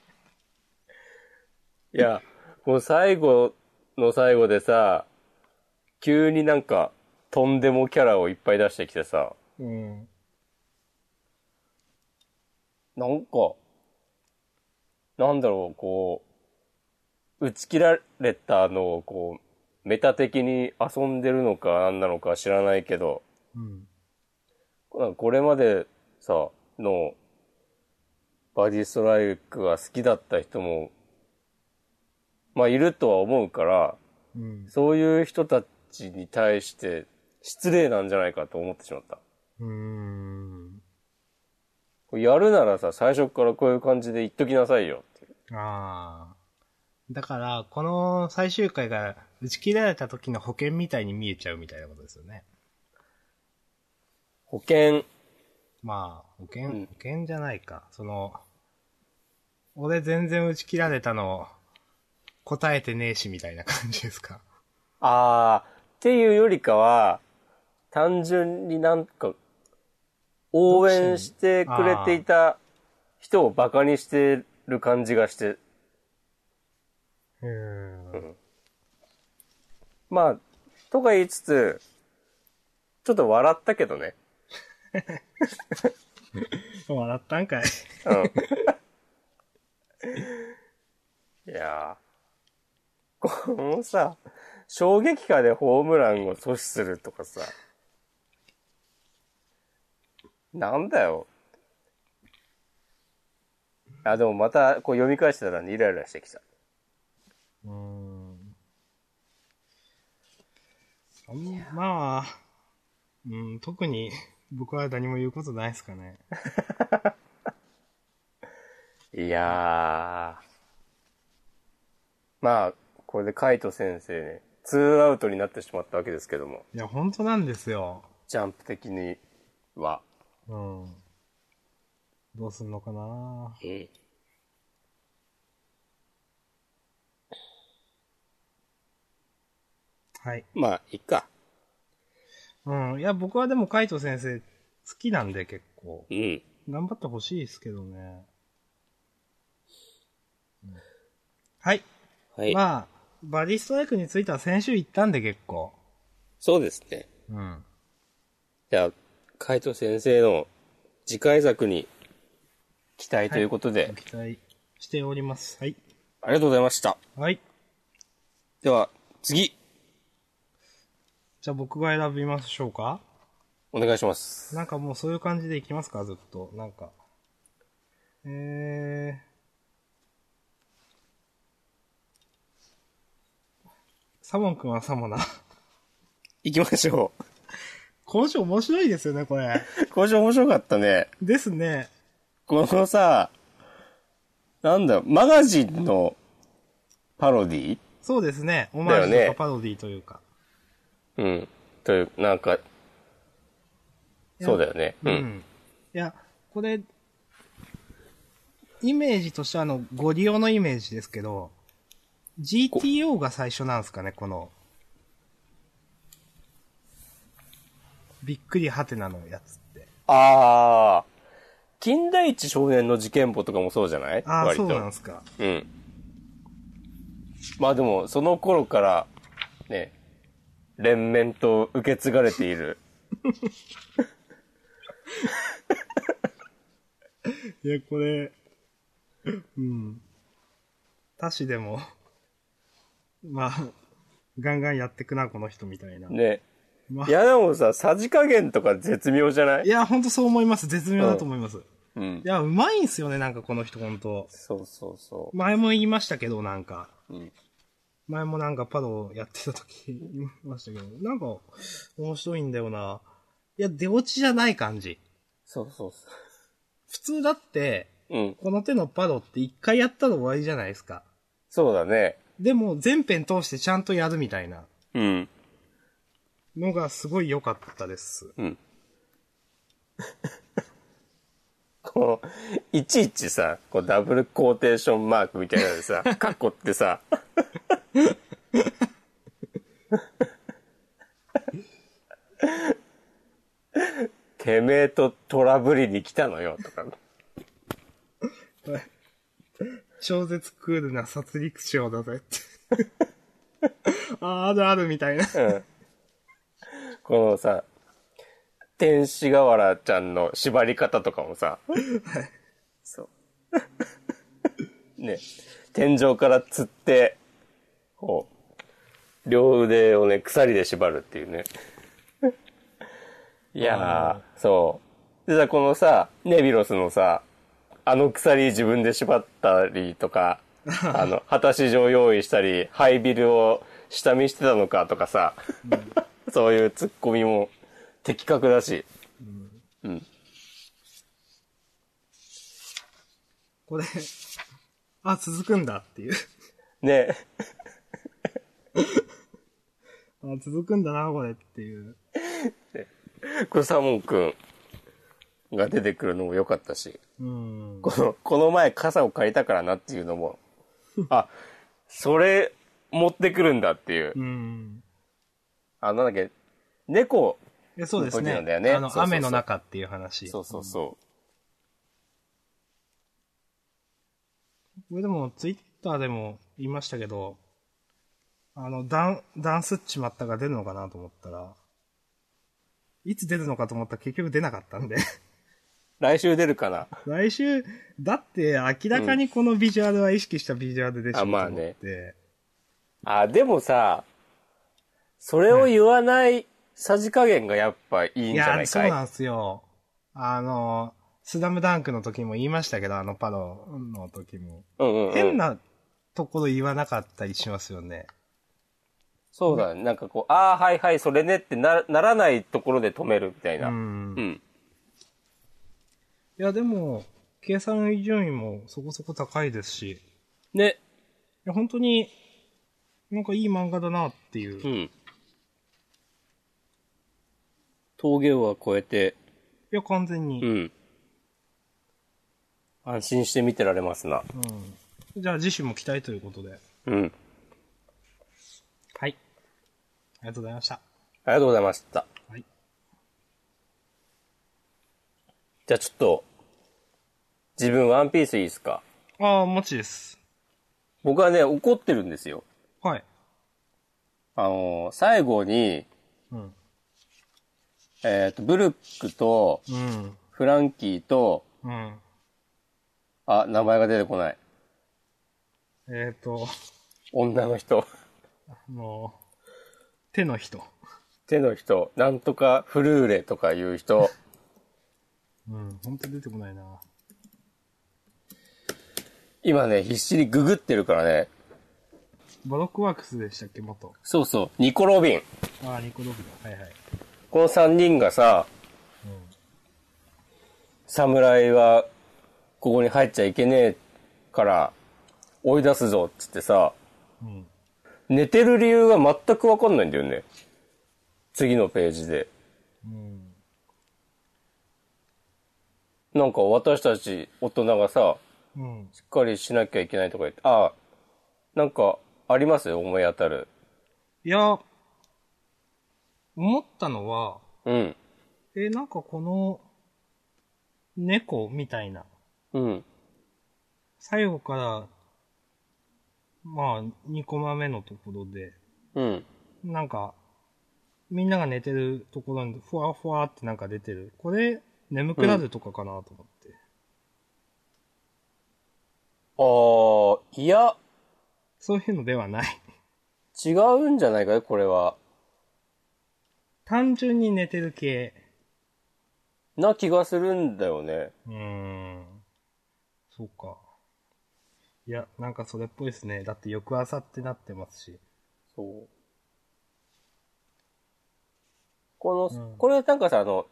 いや、この最後の最後でさ、急になんか、とんでもキャラをいっぱい出してきてさ、
うん。
なんか、なんだろう、こう、打ち切られたのを、こう、メタ的に遊んでるのかなんなのか知らないけど、
うん。
なんかこれまでさ、の、バディストライクが好きだった人も、まあいるとは思うから、
うん。
そういう人たちに対して失礼なんじゃないかと思ってしまった。
うーん。
これやるならさ、最初からこういう感じで言っときなさいよっていう。
ああ。だから、この最終回が打ち切られた時の保険みたいに見えちゃうみたいなことですよね。
保険、
まあ、保険、
うん
保険じゃないか。その、俺全然打ち切られたの、答えてねえしみたいな感じですか。
あー、っていうよりかは、単純になんか、応援してくれていた人をバカにしてる感じがして、
うん。
まあ、とか言いつつ、ちょっと笑ったけどね。
笑ったんかい。
いやーこのさ、衝撃波でホームランを阻止するとかさ、なんだよ。あ、でもまたこう読み返してたらねイライラしてきた。
うん。そんまあ、うん、特に僕は何も言うことないですかね。
いやー。まあ、これでカイト先生ね、ツーアウトになってしまったわけですけども、
いや、本当なんですよ。
ジャンプ的には。
うん。どうすんのかな
え
はい。
まあ、いいか。
うん。いや、僕はでもカイト先生好きなんで結構。
うん。
頑張ってほしいですけどね。うんはい。
は
まあ、バディストライクについては先週言ったんで結構。
そうですね。
うん。
じゃあ、海藤先生の次回作に期待ということで、
期待しております。はい。
ありがとうございました。
はい。
では、次、
じゃあ僕が選びましょうか
お願いします。
なんかもうそういう感じでいきますかずっと。なんか。えー。サモン君はサモナ。
行きましょ
[LAUGHS] 今週面白いですよね、これ。
う。 [LAUGHS] 今週面白かったね。
ですね。
このさ、なんだろう、マガジンのパロディ
そうですね。オマージュ
だ
と
よ
か
ね
パロディというか。
うん。という、なんか、
いや
そうだよね。う。
うんんいや、これ、イメージとしてはあの、ゴリオのイメージですけど、GTO が最初なんですかね、この、びっくりハテナのやつって。
ああ、金田一少年の事件簿とかもそうじゃない
ああ、
割と
そうなんですか。
うん。まあでも、その頃から、ね、連綿と受け継がれている。
いや、これ、うん。他しでも、まあ、ガンガンやってくな、この人みたいな。
ね。
まあ
いやでもさ、さじ加減とか絶妙じゃない
いや、ほんとそう思います。絶妙だと思います。
うん
い。や、うまいんすよね、なんかこの人、ほんと。
そうそうそ
前も言いましたけど、なんか。
う。うん。
前もなんかパドやってた時言いましたけど、なんか面白いんだよな。いや、出落ちじゃない感じ。
そうそうそ
普通だって、
う。うん。
この手のパドって一回やったら終わりじゃないですか。
そうだね。
でも、全編通してちゃんとやるみたいな
うん。
のがすごい良かったです。 [LAUGHS]
うん。 [LAUGHS] こう、いちいちさ、こうダブルコーテーションマークみたいなので [LAUGHS] さ、カッコってさ、てめえとトラブりに来たのよ、とか。
超絶クールな殺戮賞だぜって。 [LAUGHS] あーあるあるみたいな。
うん。このさ、天使河原ちゃんの縛り方とかもさ、そう。ね、天井から吊って、こう、両腕をね、鎖で縛るっていうね。いやー、そう。でさ、このさ、ネビロスのさ、あの鎖自分で縛ったりとか、あの、果たし状用意したり、ハイビルを下見してたのかとかさ、そういうツッコミも的確だし。
これ、あ、続くんだっていう。
ね。
あ、続くんだな、これっていう。
これサモンくんが出てくるのも良かったし、
うん。
この、この前傘を借りたからなっていうのも、あ、それ持ってくるんだっていう
う。ん。
あ、なんだっけ、猫、
えそうです
ポジ
ね。
なんだよね
あの
そうそうそう
雨の中っていう話。
そうそうそ
これでも、ツイッターでも言いましたけど、あの、ダン、ダンスっちまったが出るのかなと思ったら、いつ出るのかと思ったら結局出なかったんで。 [LAUGHS]
う。来週出るかな。
来週、だって明らかにこのビジュアルは意識したビジュアルでしょ、
あ
と思
ま
っ
あね
て。
あ、でもさ、それを言わないさじ加減がやっぱいいん
い
じゃ
や
な
ー、
い
そ
か
う
い。
なんですよ。あの、スダムダンクの時も言いましたけど、あのパロの時も。
うんうんうん、
変なところ言わなかったりしますよね。
そうだね。なんかこう、ああ、はいはい、それねってなならないところで止めるみたいうな。うん。
ん。いや、でも、計算の順位もそこそこ高いですし、い
ね。
や、本当に、なんかいい漫画だなっていう。
う
い
ん。峠を越えて、
や、完全に。
うん。安心して見てられますな。
じゃあ、次週も期待ということで。
うん。
はい。ありがとうございました。
ありがとうございました。
はい。
じゃあちょっと、自分ワンピースいいですか
ああ、もちです。
僕はね、怒ってるんですよ。
はい。
あのー最後に、
うん。
えっ、と、ブルックと、
うん。
フランキーと、
うん。
あ、名前が出てこない。
えっ、ー、と、
女の人。 [LAUGHS]
あの、手の人。
手の人。なんとかフルーレとかいう人。
うん。ほんと出てこないな。
今ね、必死にググってるからね。
バロックワークスでしたっけ、元。
そうそう。ニコ・ロビン。
ああ、ニコロフだ。はいはい。
この3人がさ、侍はここに入っちゃいけねえから追い出すぞっつってさ、
うん。
寝てる理由が全くわかんないんだよね。次のページで。
うん。
なんか私たち大人がさ、
うん。
しっかりしなきゃいけないとか言って、ああ、なんかありますよ、思い当たる。
いや、思ったのは、
うん。
え、なんかこの、猫みたいな、
うん。
最後から、まあ、2コマ目のところで、
うん。
なんか、みんなが寝てるところに、ふわふわってなんか出てる。これ、眠くなるとかかなと思って。
ああ、いや、
そういうのではない。
違うんじゃないかよ、これは。
単純に寝てる系。
な気がするんだよね。
うーん。そうか。いや、なんかそれっぽいですね。だって翌朝ってなってますし。
そう。この、
うん
これなんかさ、あの、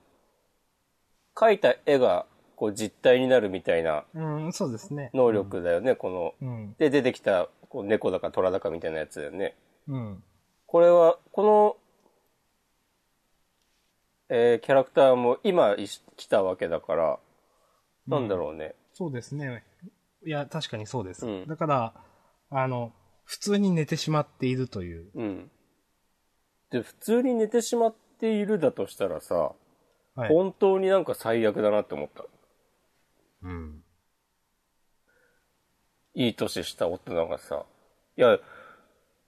描いた絵が、こう実体になるみたいな
うん、そうですね。
能力だよね、この。
うん。
で、出てきた、こう猫だか虎だかみたいなやつだよね。
うん。
これは、この、えーキャラクターも今いし来たわけだから、なんだろうね。
そうですね。いや、確かにそうです。
うん
だから、あの、普通に寝てしまっているという。
うん。で、普通に寝てしまっているだとしたらさ、
はい。
本当になんか最悪だなって思った。
うん。
いい年した大人がさ、いや、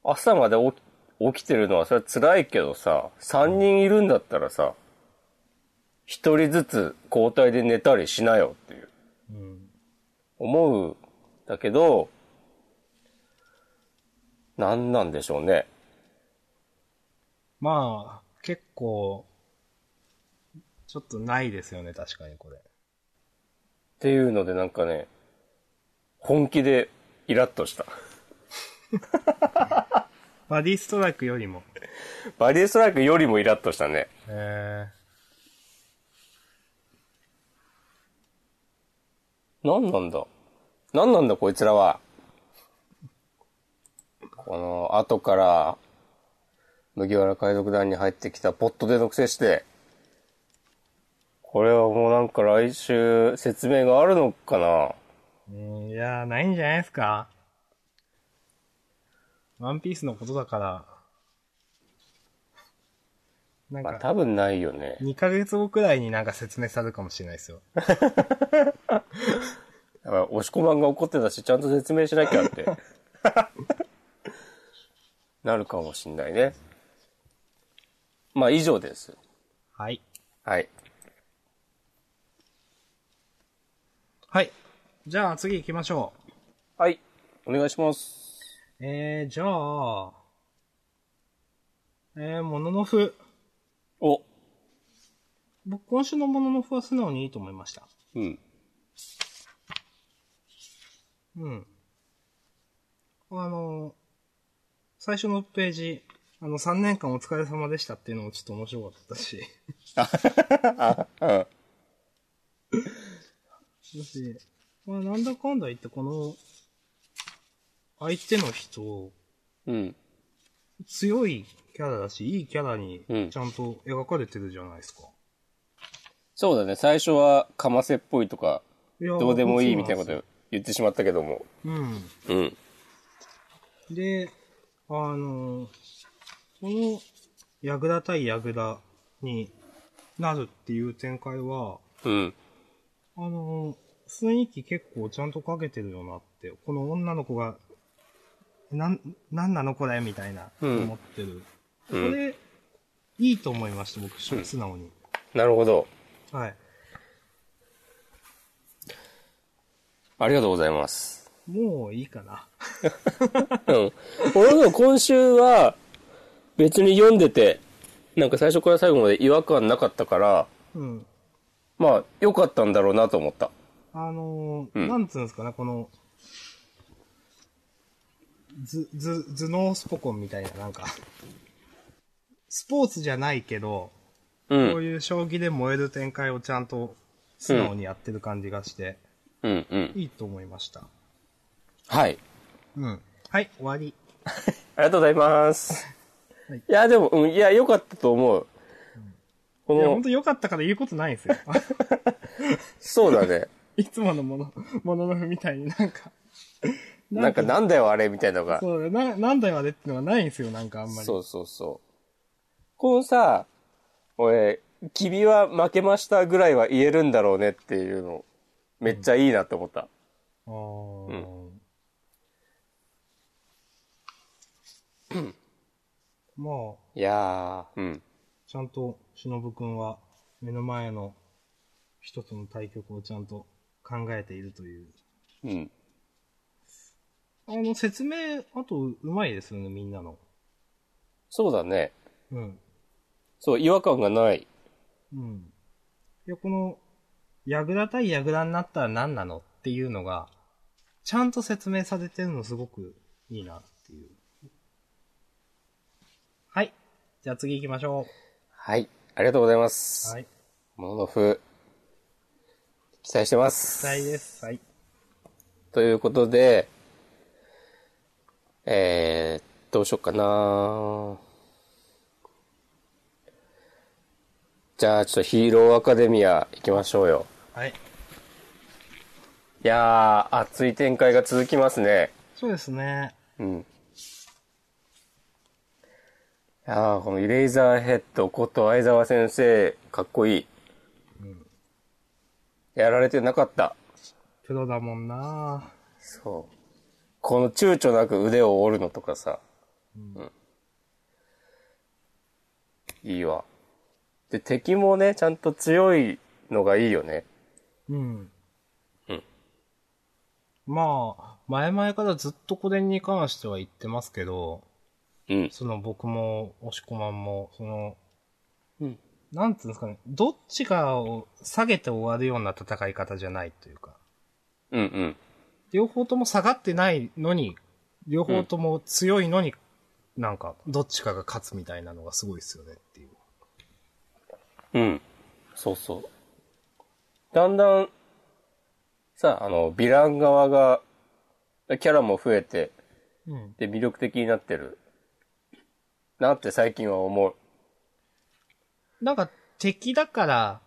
朝まで起き起きてるのはそれは辛いけどさ、3人いるんだったらさ、1人ずつ交代で寝たりしなよっていう、
うん。
思うんだけど、なんなんでしょうね。
まあ、結構、ちょっとないですよね、確かにこれ。
っていうのでなんかね、本気でイラッとした。
バディストライクよりも。
バリエストライクよりもイラッとしたね。
え
なんなんだなんなんだこいつらは。この、後から、麦わら海賊団に入ってきたポットでのくせして、これはもうなんか来週説明があるのかな
ー、うんいやー、ないんじゃないですか。ワンピースのことだから、なん
まあ
か、
多分ないよね。
2ヶ月後くらいになんか説明されるかもしれないですよ。
だから押し込まんが怒ってたし、ちゃんと説明しなきゃって [LAUGHS] なるかもしんないね。まあ以上です。
はい。
はい。
はい。じゃあ次行きましょ
はい。お願いします。
う。えー、じゃあ、えー、もののふ。
お。
僕、今週のもののふは素直にいいと思いました。
うん。
うん。あの、最初のページ、あの、3年間お疲れ様でしたっていうのもちょっと面白かった
[LAUGHS]
し。
うん。
だし、まあ、なんだかんだ言ってこの、相手の人、
うん。
強いキャラだし、いいキャラに
うん
ちゃんと描かれてるじゃないですか。
そうだね。最初は、かませっぽいとか、
いやー
どうでもいいみたいなこと言ってしまったけども。
うん。
うん。
で、あのーこの、ヤグラ対ヤグラになるっていう展開は、
うん。
あのー雰囲気結構ちゃんとかけてるよなって、この女の子が、なん、なんなのこれみたいな、
うん
思ってる。こ
うん
れ、いいと思いました、僕、素直に。
なるほど。
はい。
ありがとうございます。
もういいかな。
うん。俺も今週は、別に読んでて、なんか最初から最後まで違和感なかったから、
うん。
まあ、良かったんだろうなと思った。
あのー
うん
なんつうんですかね、この、ず、ず、頭脳スポコンみたいな、なんか、スポーツじゃないけど、
う
こう。いう将棋で燃える展開をちゃんと素直にやってる感じがして、
うんうん。
いいと思いました。
はい。
うん。はい、終わり。
ありがとうございます。
はい
い、や、でも、うん、いや、良かったと思う。こ
いや、本
の
当、良かったから言うことないん [LAUGHS] ですよ。
そうだね。
いつものもの、もののふみたいになん [LAUGHS] か、
なんか、なんだよ、あれ、みたいなのが。
そう、な、何台までってのがないんですよ、なんかあんまり。
そうそうそう。このさ、俺、君は負けましたぐらいは言えるんだろうねっていうの、めっちゃいいなって思った。
あーまあ、
いやー、うん。
ちゃんと、しのぶくんは、目の前の人との対局をちゃんと考えているという。
うん。
あの、説明、あと、うまいですよね、みんなの。
そうだね。
うん。
そう、違和感がない。
うん。いや、この、ヤグラ対ヤグラになったら何なのっていうのが、ちゃんと説明されてるのすごくいいなっていう。はい。じゃあ次行きましょ
はい。ありがとうございます。
う。はい。
もののふ、期待してま
期
す。
待です。はい。
ということで、えー、どうしようかなじゃあ、ちょっとヒーローアカデミア行きましょうよ。
はい。
いやー、熱い展開が続きますね。
そうですね。
うん。いやー、このイレイザーヘッドこと相沢先生、かっこいい。やられてなかった。
プロだもんな
そう。この躊躇なく腕を折るのとかさ。うん。いいわ。で、敵もね、ちゃんと強いのがいいよね。
うん。
うん。
まあ、前々からずっとこれに関しては言ってますけど、
うん。
その僕も、押し込まんも、その、
うん。
なんつうんですかね、どっちかを下げて終わるような戦い方じゃないというか、
うんうん。
両方とも下がってないのに、両方とも強いのに、なんか、どっちかが勝つみたいなのがすごいですよねっていう。
うん。そうそう。だんだん、さ、あの、ヴィラン側が、キャラも増えて、
うん。
で、魅力的になってる。なって最近は思う。
なんか、敵だから、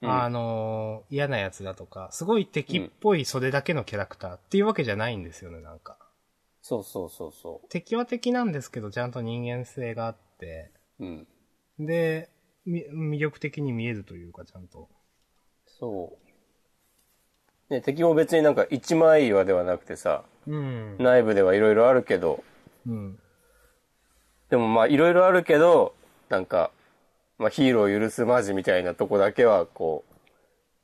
うん
あのー嫌なやつだとか、すごい敵っぽいそれだけのキャラクターっていうわけじゃないんですよね、なんか。
そうそうそうそ
敵は敵なんですけど、ちゃんと人間性があって、
う。うん。
で、み魅力的に見えるというか、ちゃんと。
そう。ね、敵も別になんか一枚岩ではなくてさ、
うん。
内部ではいろいろあるけど、
うん。
でもまあいろいろあるけど、なんか、まあヒーロー許すマジみたいなとこだけはこう、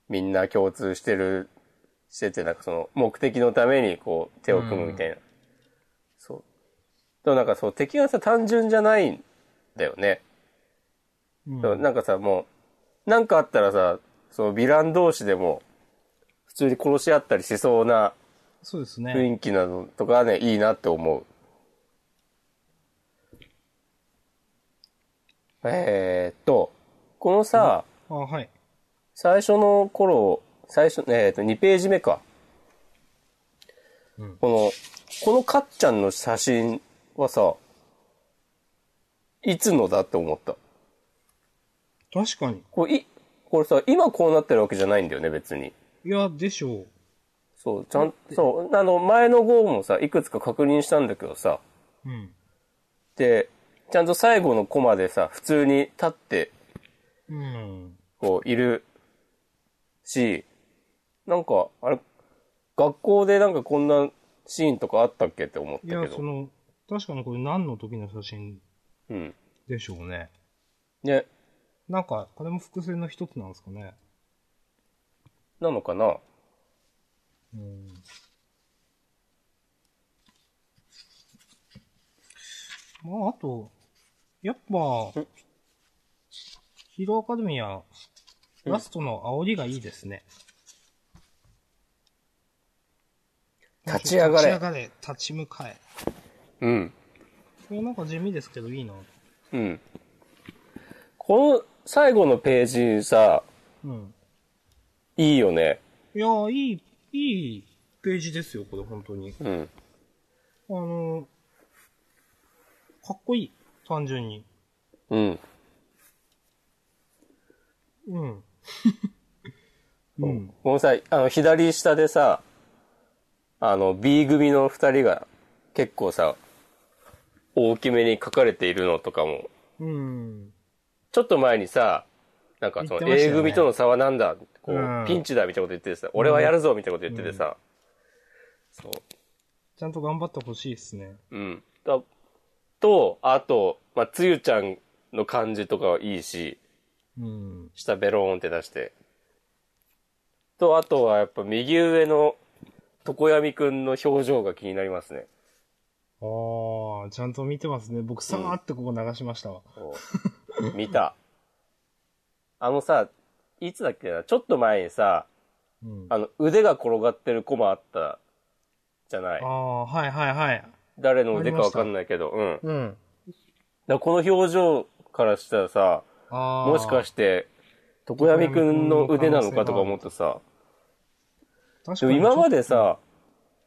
みんな共通してる、してて、なんかその目的のためにこう手を組むみたいな。そう。でもなんかそう敵がさ単純じゃないんだよね。
うん
そうなんかさもう、なんかあったらさ、そのヴィラン同士でも普通に殺し合ったりしそうな
そうですね。
雰囲気などとかはね、いいなって思う。えー、っと、このさ、
あ、はい。
最初の頃、最初、えーっと、2ページ目か。この、このかっちゃんの写真はさ、いつのだって思った。
確かに。
これ、い、これさ、今こうなってるわけじゃないんだよね、別に。
いや、でしょう。
そう、ちゃんと、そう、あの、前の号もさ、いくつか確認したんだけどさ、
うん。
で、ちゃんと最後のコマでさ、普通に立って、
うん。
こう、いるし、なんか、あれ、学校でなんかこんなシーンとかあったっけって思った
い
け
や、
ど
そ。の、確かにこれ何の時の写真
うん。
でしょうね。
ね、
なんか、これも伏線の一つなんですかね。
なのかな
うん。まあ、あと、やっぱ
ん、
ヒーローアカデミア、ラストの煽りがいいですね。
立ち上がれ
立ち上がれ、立ち向かえ。
うん。
これなんか地味ですけどいいな。
うん。この最後のページさ、
うん。
いいよね。
いやー、いい、いいページですよ、これ、本当に。
うん。
あのー、かっこいい、単純に。
うん。
[LAUGHS] うん。うん。
このさ、あの、左下でさ、あの、B 組の二人が結構さ、大きめに書かれているのとかも、
うん。
ちょっと前にさ、なんかその
言ってました
A
よね
組との差はなんだ、こう、
うん
ピンチだみたいなこと言っててさ、俺はやるぞみたいなこと言っててさ、
ちゃんと頑張ってほしいですね。
そう、うん。だと、あと、まあ、つゆちゃんの感じとかはいいし、
うん。
下ベローンって出して。と、あとはやっぱ右上の常闇くんの表情が気になりますね。
あー、ちゃんと見てますね。僕、さーってここ流しましたわ。
そう見
[LAUGHS]
た。あのさ、いつだっけな、ちょっと前にさ、
うん。あ
あの、腕が転がってるコマあったじゃない。
ー、はいはいはい。
誰の腕かわかんないけど、うん。だか
うん。
らこの表情からしたらさ、
あー。
もしかして、常闇くんの腕なのかとか思うとさ、
確
で
か
も
に
今ま
で。
でさ、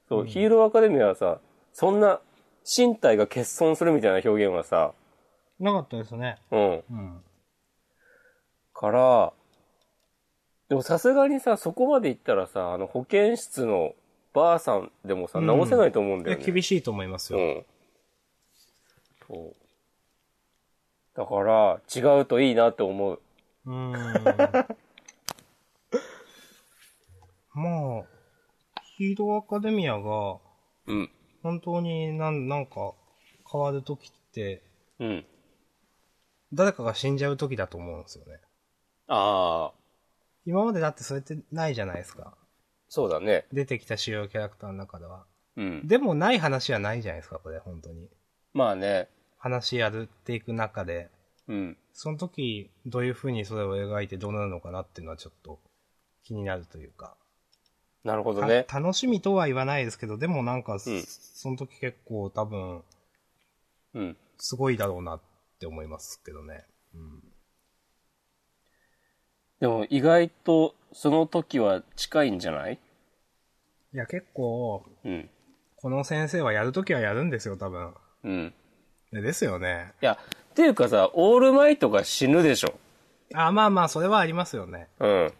そう、ヒーローアカデミアはさ、そんな身体が欠損するみたいな表現はさ、
なかったですね。
うん。
うん。
から、でもさすがにさ、そこまで行ったらさ、あの保健室のばあさんでもさ、
うん
直せないと思うん
い
だ
や、
よね。
厳しいと思います
う
よ。
ん。そう。だから、違うといいなって思う。
うーん。 [LAUGHS] まあ、ヒーローアカデミアが、
うん。
本当になん、なんか、変わるときって、
うん。
誰かが死んじゃうときだと思うんですよね。
ああ、
今までだってそれってないじゃないですか。
そうだね。
出てきた主要キャラクターの中では。
うん。
でもない話はないじゃないですか、これ、本当に。
まあね。
話やるっていく中で、
うん。
その時、どういう風にそれを描いてどうなるのかなっていうのはちょっと気になるというか。
なるほど
た
ね。
楽しみとは言わないですけど、でもなんか、
ん
その時結構多分、
うん。
すごいだろうなって思いますけどね。
でも意外と、その時は近いんじゃない
いや、結構、
うん。
この先生はやるときはやるんですよ、多分。
うん。
でですよね。
いや、っていうかさ、オールマイトが死ぬでしょ。
あ、まあまあ、それはありますよね。
うん。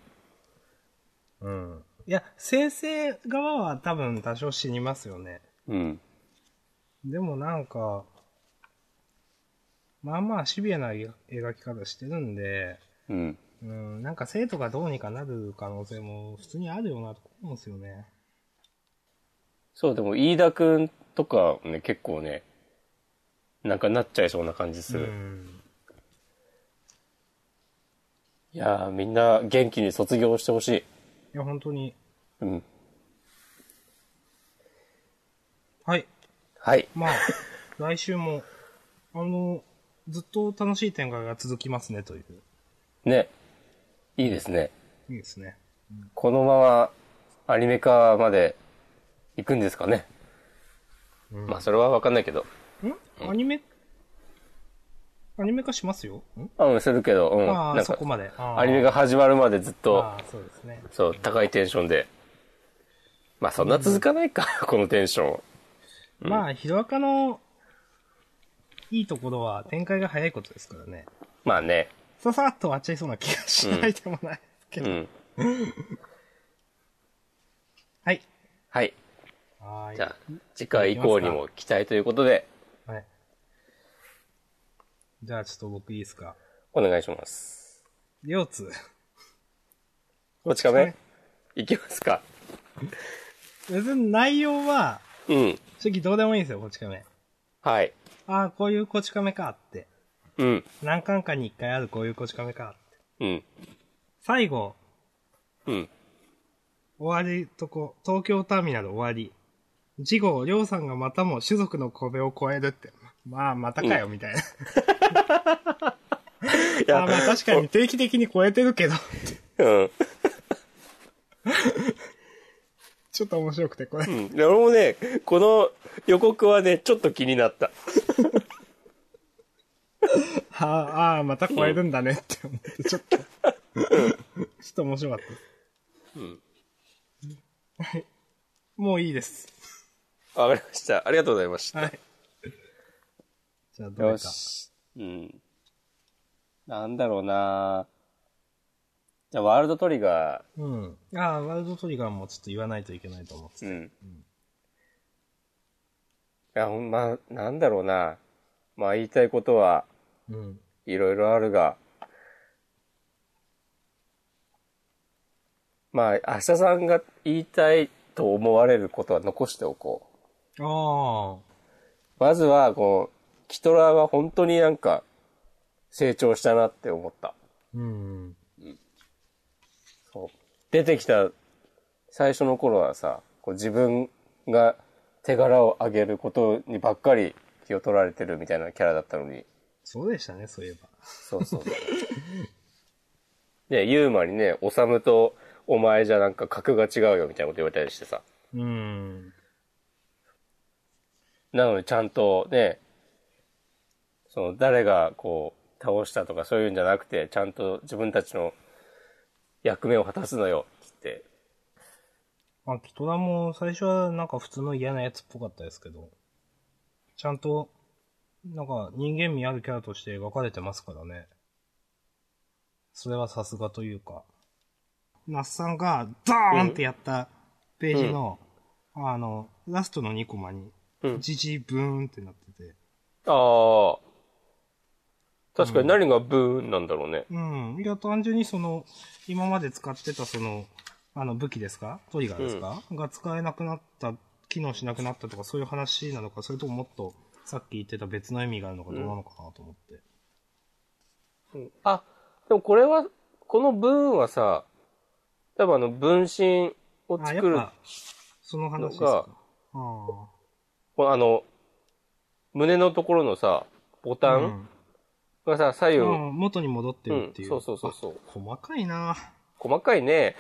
うん。いや、先生側は多分多少死にますよね。
うん。
でもなんか、まあまあシビアな描き方してるんで、
うん。
うん、なんか生徒がどうにかなる可能性も普通にあるよなと思うんですよね。
そう、でも、飯田くんとかね、結構ね、なんかなっちゃいそうな感じす
う
る。
ん。
いやー、みんな元気に卒業してほしい。
いや、本当に。
うん。
はい。
はい。
まあ、 [LAUGHS] 来週も、あの、ずっと楽しい展開が続きますねという。
ね。いいですね。
いいですね。
このままアニメ化まで行くんですかね。
うん
まあ、それはわかんないけど。
んアニメ、アニメ化しますよん
あ、うん、するけど、うん。
あ
な
あ、
ん
そ
か
こ、まで。ア
アニメが始まるまでずっと、
ああ、そうですね。
そう、高いテンションで。まあ、そんな続かないか、 [LAUGHS] このテンション。
まあ、ヒロアカのいいところは展開が早いことですからね。
まあね。
ささっと終わっちゃいそうな気がしないでもないですけ
う
ど。
ん。
はい。
はい。
はーい。
じゃあ、次回以降にも期待ということで、
はい。じゃあ、ちょっと僕いいですか。
お願いします。
両津。
おちかめいきますか。
[LAUGHS] 別に内容は、
うん。
正直どうでもいいんですよ、こち亀。
はい。
ああ、こういうこち亀かって。
うん。
何巻かに一回あるこういうこち亀かって。
うん。
最後、
うん。
終わりとこ、東京ターミナル終わり。次号、りょうさんがまたも種族の壁を越えるって。まあ、またかよ、みたいな。
いや
あまあ、確かに定期的に超えてるけど、
[LAUGHS] うん。
ちょっと面白くて、これ。
うん。で俺もね、この予告はね、ちょっと気になった。
ああ、また超えるんだねって思って、ちょっと、ちょっと面白かったです。
うん。
はい。もういいです。
わかりました。ありがとうございました。
はい。じゃあ、ど
よ
うか。
し。うん。なんだろうなじゃあ、ワールドトリガ
うん。ああ、ワールドトリガーもちょっと言わないといけないと思って
ー。うん。いや、ほんま、なんだろうなまあ、言いたいことは、
うん。
いろいろあるが、まあ、明日さんが言いたいと思われることは残しておこう。
あ
まずは、こう、キトラは本当になんか、成長したなって思った。
あ。うん。
そう。出てきた最初の頃はさ、こう自分が手柄を上げることにばっかり気を取られてるみたいなキャラだったのに、
そうでしたね、そういえば。
そうそうそう。で、ユーマにね、おさむとお前じゃなんか格が違うよみたいなこと言われたりしてさ。
うん。
なのにちゃんとね、その誰がこう倒したとかそういうんじゃなくて、ちゃんと自分たちの役目を果たすのよって
まあ、キトラも最初はなんか普通の嫌なやつっぽかったですけど、ちゃんと、なんか人間味あるキャラとして描かれてますからね。それはさすがというか。ナッサンがドーンってやったページの、あの、ラストの2コマに、
言って。
じじブーンってなってて、
ああ。確かに何がブーンなんだろうね。
うん。いや、単純にその、今まで使ってたその、あの武器ですかトリガーですか、が使えなくなった、機能しなくなったとかそういう話なのか、それとももっとさっき言ってた別の意味があるのかどうなのかなと思って。
あ、でもこれは、このブーンはさ、多分あの分身を
あ、やっ
作る、
ぱ
あ、
その話です
のが
か。ああ。
の、胸のところのさ、ボタ
う
ン
ん
がさ、左右、
うん元に戻ってるっていう。
うんそうそうそうそう
あ細かいな
細かいね。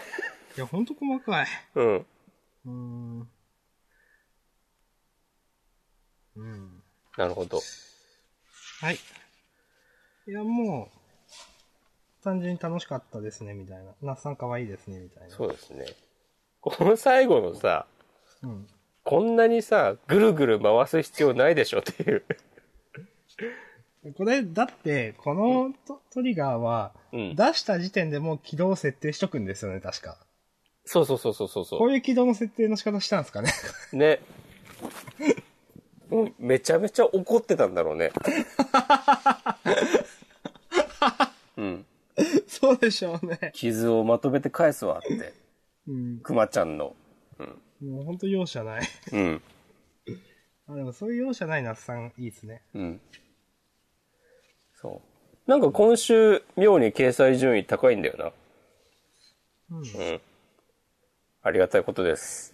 いや、ほんと細かい。
うん。
うーん。うん。
なるほど。
はい。いや、もう、単純に楽しかったですね、みたいな。那須さん可愛いですね、みたいな。
そうですね。この最後のさ、
うん。
こんなにさ、ぐるぐる回す必要ないでしょっていう。
これ、だって、このトトリガーは、
うん
出した時点でもう起動を設定しとくんですよね、確か。
そうそうそうそうそうそう。
こういう起動の設定の仕方したんですかね。 [LAUGHS]
ね。もうめちゃめちゃ怒ってたんだろうね。
そうでしょうね。
傷をまとめて返すわって。
うん。
クマちゃんの。
もうほんと容赦ない。
うん。
あ、でもそういう容赦ない那須さん、いいですね。
うん。そう。なんか今週、妙に掲載順位高いんだよな。
うん。
ありがたいことです。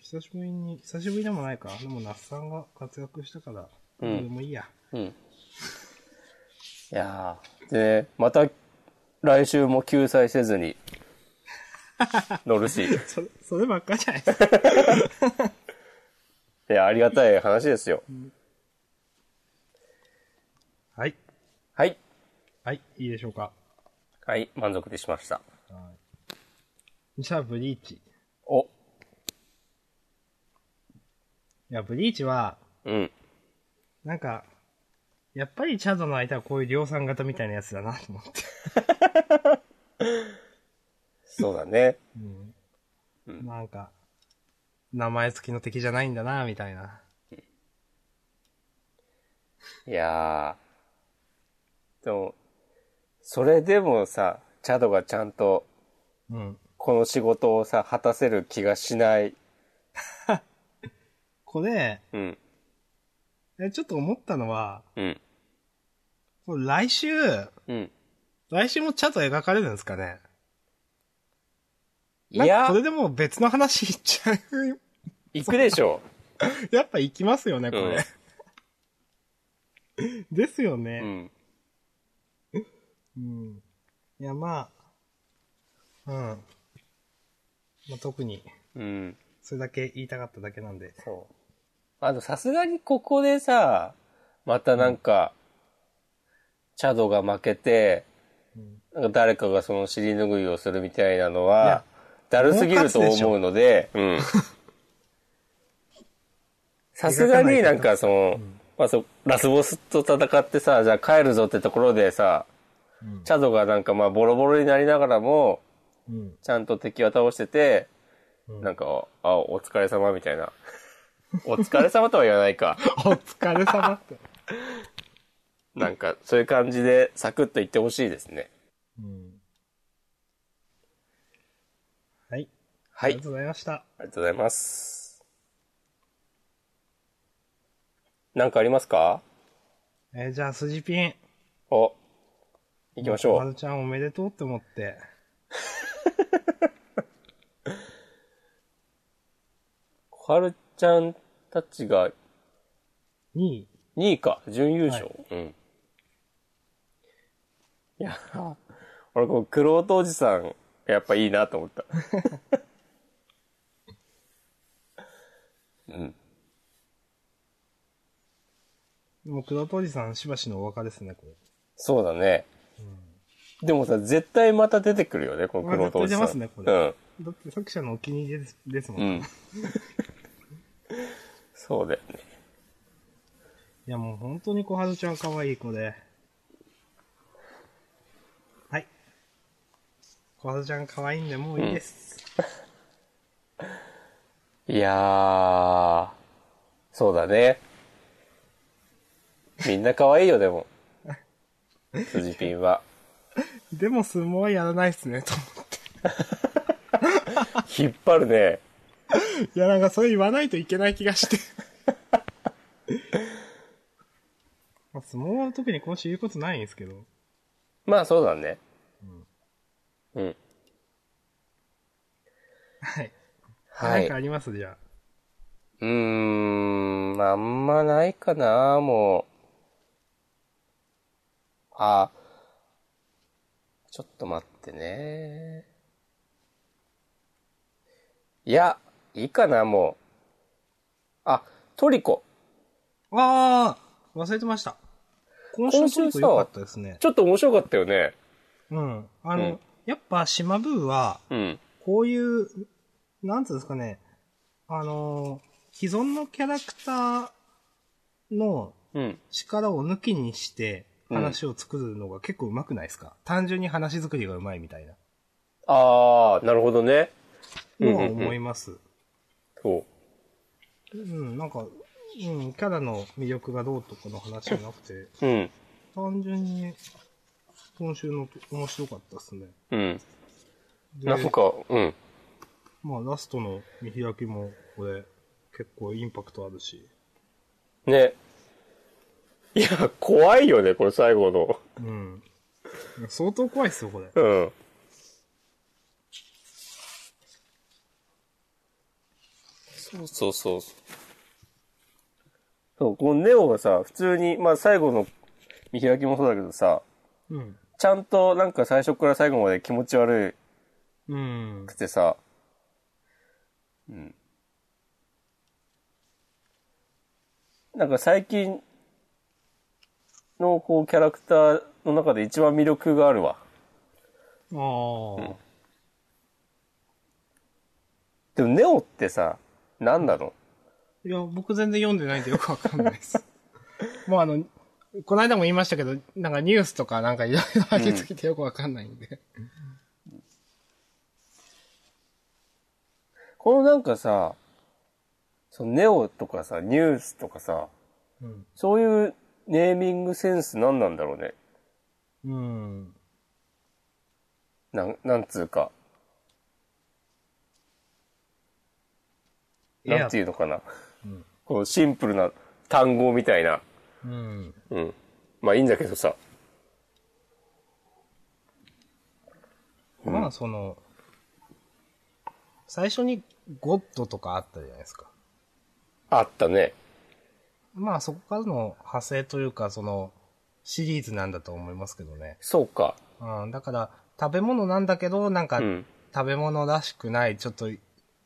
久しぶりに、久しぶりでもないか。でも那須さんが活躍したから、
うん
でもいいや。
うん。いやーで、また、来週も救済せず [LAUGHS] に、乗るし。い
それ、そればっかじゃないですか。
や、ありがたい話ですよ。
はい。
はい。
はい、いいでしょうか。
はい、満足でしました。
じゃあ、ブリーチ。い
お、
や、ブリーチは、
うん。
なんか、やっぱりチャドの相手はこういう量産型みたいなやつだなと思って。
そうだね。
なんか、名前付きの敵じゃないんだなみたいな。
いやー。でも、それでもさ、チャドがちゃんと、
うん。
この仕事をさ、果たせる気がしない。
これ、
うん。
えちょっと思ったのは、
うん。
これ来週、
うん。
来週もチャド描かれるんですかね
い
なんか
や
こ、れでもう別の話いっちゃう。
行くでしょ。
やっぱ行きますよね、これ。ですよ
う
ね。
ん。
うん。いや、まあ、うん。まあ、特に、
うん。
それだけ言いたかっただけなんで。
そう。あと、さすがにここでさ、またなんか、チャドが負けて、なんか誰かがその尻拭いをするみたいなの
い
は
や、
だるすぎると思うので、うん。 [LAUGHS] さすがになんかその、まあそう、ラスボスと戦ってさ、じゃあ帰るぞってところでさ、
うん
チャドがなんかまあボロボロになりながらも、
うん。
ちゃんと敵は倒してて、
うん
なんか、あ、お疲れ様みたいな。 [LAUGHS] お疲れ様とは言わないか。
[LAUGHS] お疲れ様って。
なんか、そういう感じでサクッと言ってほしいですね。
うん。はい。
はい。あ
あり
り
がとうございました。
がとうございます。なんかありますか
えーじゃあ、スジピン。
お、行きましょ
ま
う。
るちゃんおめでとうって思って。
小春ちゃんたちが
2位。
2位か、準優勝。うん。いや、俺この黒人おじさん、やっぱいいなと思った。うん。
でもう黒鳥さんしばしのお別れですね、これ。
そうだね。でもさ、絶対また出てくるよね、この黒人おじさん。
まあ絶対出ますねこれだって作者のお気に入りですですもん。
うん。
い
うん。 [LAUGHS] そうだよね。
や、もう本当に小春ちゃん可愛い子で。はい。小春ちゃん可愛いんで、もういいです。
いやー、そうだね。みんな可愛いよ、でも。スジピンは。
でも相撲はやらないっすね、と [LAUGHS] 思って。
引っ張るね。
いや、なんかそれ言わないといけない気がして。 [LAUGHS] まあ、相撲は特に今週言うことないんですけど。
まあそうだね。うん。
はい。
は
なん
い。
かあ
う
りますじゃあ。
ーん、あんまないかな、もう。あ、ちょっと待ってね。いや、いいかな、もう。あ、トリコ。
ああ忘れてました。今週のトリコ良かったですね。
ちょっと面白かったよね。
うん。あの、
うん
やっぱ島ブーは、
うん。
こういう、なんつうんですかね、あのー既存のキャラクターの
うん。
力を抜きにして話を作るのが結構上手くないですか、単純に話作りが上手いみたいな。
ああ、なるほどね。
のは思います。
そう。
うん、なんか、うん、キャラの魅力がどうとかの話じゃなくて、
うん。
単純に今週の面白かったですね。
うん。
で
なんか、うん。
まあラストの見開きもこれ結構インパクトあるし。
ね。いや、怖いよね、これ最後の。
うん。相当怖いっすよ、これ。
うん。そうそうそう。そう、このネオがさ、普通に、まあ最後の見開きもそうだけどさ、
うん。
ちゃんとなんか最初から最後まで気持ち悪
うん
く。てさ、うん。なんか最近のこうキャラクターの中で一番魅力があるわ。
ああ。
でもネオってさ、何なの
いや、僕全然読んでないんでよくわかんないです。 [LAUGHS] もうあの、この間も言いましたけど、なんかニュースとかなんかいろいろありすぎてよくわかんないんで。
このなんかさ、そのネオとかさ、ニュースとかさ、
うん。
そういうネーミングセンス何なんだろうね。
うん。
なん、なんつうか。
いや
なんていうのかな。
ん
このシンプルな単語みたいな。
うん。
うん。まあいいんだけどさ。
まあその、最初にゴッドとかあったじゃないですか。
あったね。
まあそこからの派生というか、その、シリーズなんだと思いますけどね。
そうか。
うん、だから、食べ物なんだけど、なんか
う、ん。
食べ物らしくない、ちょっと、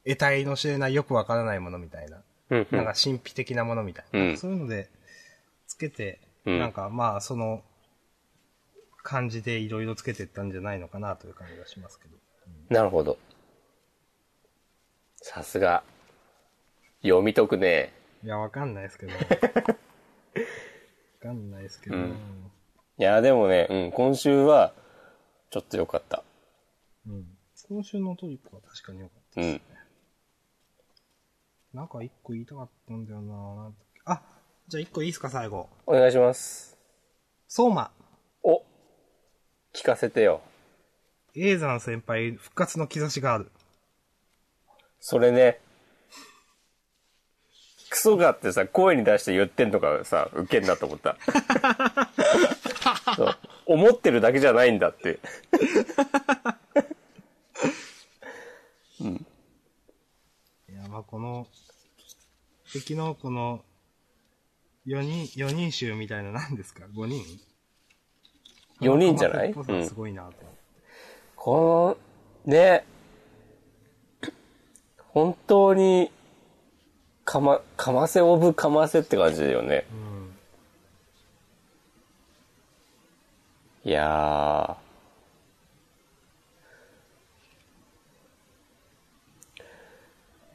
得体の知れない、よくわからないものみたいな。
うん、う
なんか
ん。
神秘的なものみたいな。
うん
そういうので、つけて、
うん
なんかまあその、感じでいろいろつけてったんじゃないのかなという感じがしますけど。
なるほど。さすが。読み解くね。
いや、わかんないですけど。わかんないですけど。
うんいや、でもね、うん、今週は、ちょっと良かった。
うん今週のトリックは確かに良かった。
うん。
なんか一個言いたかったんだよななんだっけあ、じゃあ一個いいですか、最後。
お願いします。
相馬、
お聞かせてよ。
永山先輩復活の兆しがある。
それね。クソがってさ、声に出して言ってんのがさ、ウケんなと思った。そう思ってるだけじゃないんだって。
いや、まあこの、敵のこの、4人、四人衆みたいな何ですか ?5 人
4人じゃない、う
この鎌倉っぽさ
ん
す、ごいなと、
この、ね。本当に、かま、かませオブかませって感じだよね。
うん。
いや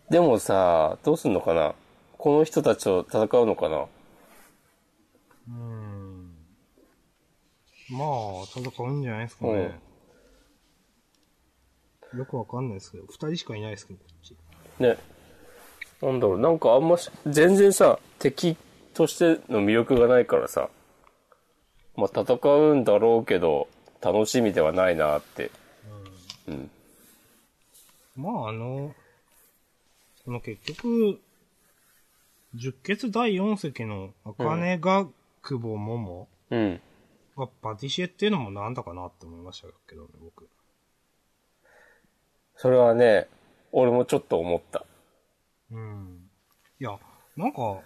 ー。でもさ、どうすんのかなこの人たちと戦うのかな
うん。まあ、戦うんじゃないですかね。よくわかんないですけど、2人しかいないですけど、こっち。
ね。なんだろう、なんかあんまし、全然さ、敵としての魅力がないからさ、まあ戦うんだろうけど、楽しみではないなって。うん。
まあ、あの、その結局、十血第4隻の茜が久保桃
うん。
がパティシエっていうのもなんだかなって思いましたけどね、僕。
それはね、俺もちょっと思った。
うん。いや、なんか、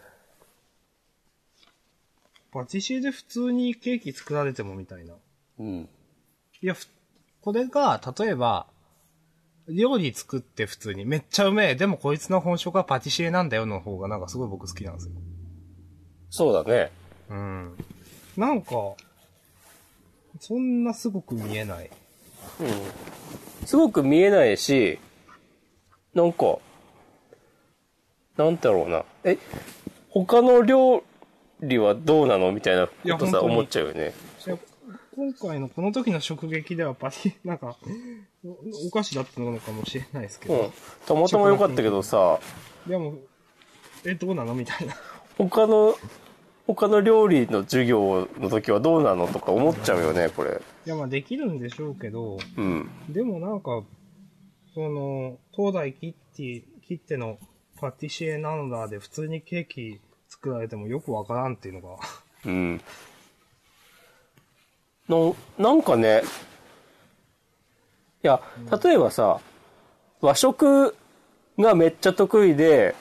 パティシエで普通にケーキ作られてもみたいな。
うん。
いや、ふこれが、例えば、料理作って普通に、めっちゃうめえ、でもこいつの本職はパティシエなんだよの方がなんかすごい僕好きなんですよ。
そうだね。
うん。なんか、そんなすごく見えない。
すごく見えないし、なんか、なんだろうな。え、他の料理はどうなのみたいなこと
いや本
さ、
当に
思っちゃうよね。
いや今回のこの時の食撃ではパティ、なんか、おお菓子だったのかもしれないですけ
うん
ど、。
たまたま良かったけどさ、
[LAUGHS] でも、え、どうなのみたいな。
他の、他の料理の授業の時はどうなのとか思っちゃうよね、これ。
いや、まあできるんでしょうけど、
うん。
でもなんか、その、東大切って、切ってのパティシエなのだで普通にケーキ作られてもよくわからんっていうのが、
うん。の、なんかね、いや、例えばさ、和食がめっちゃ得意で、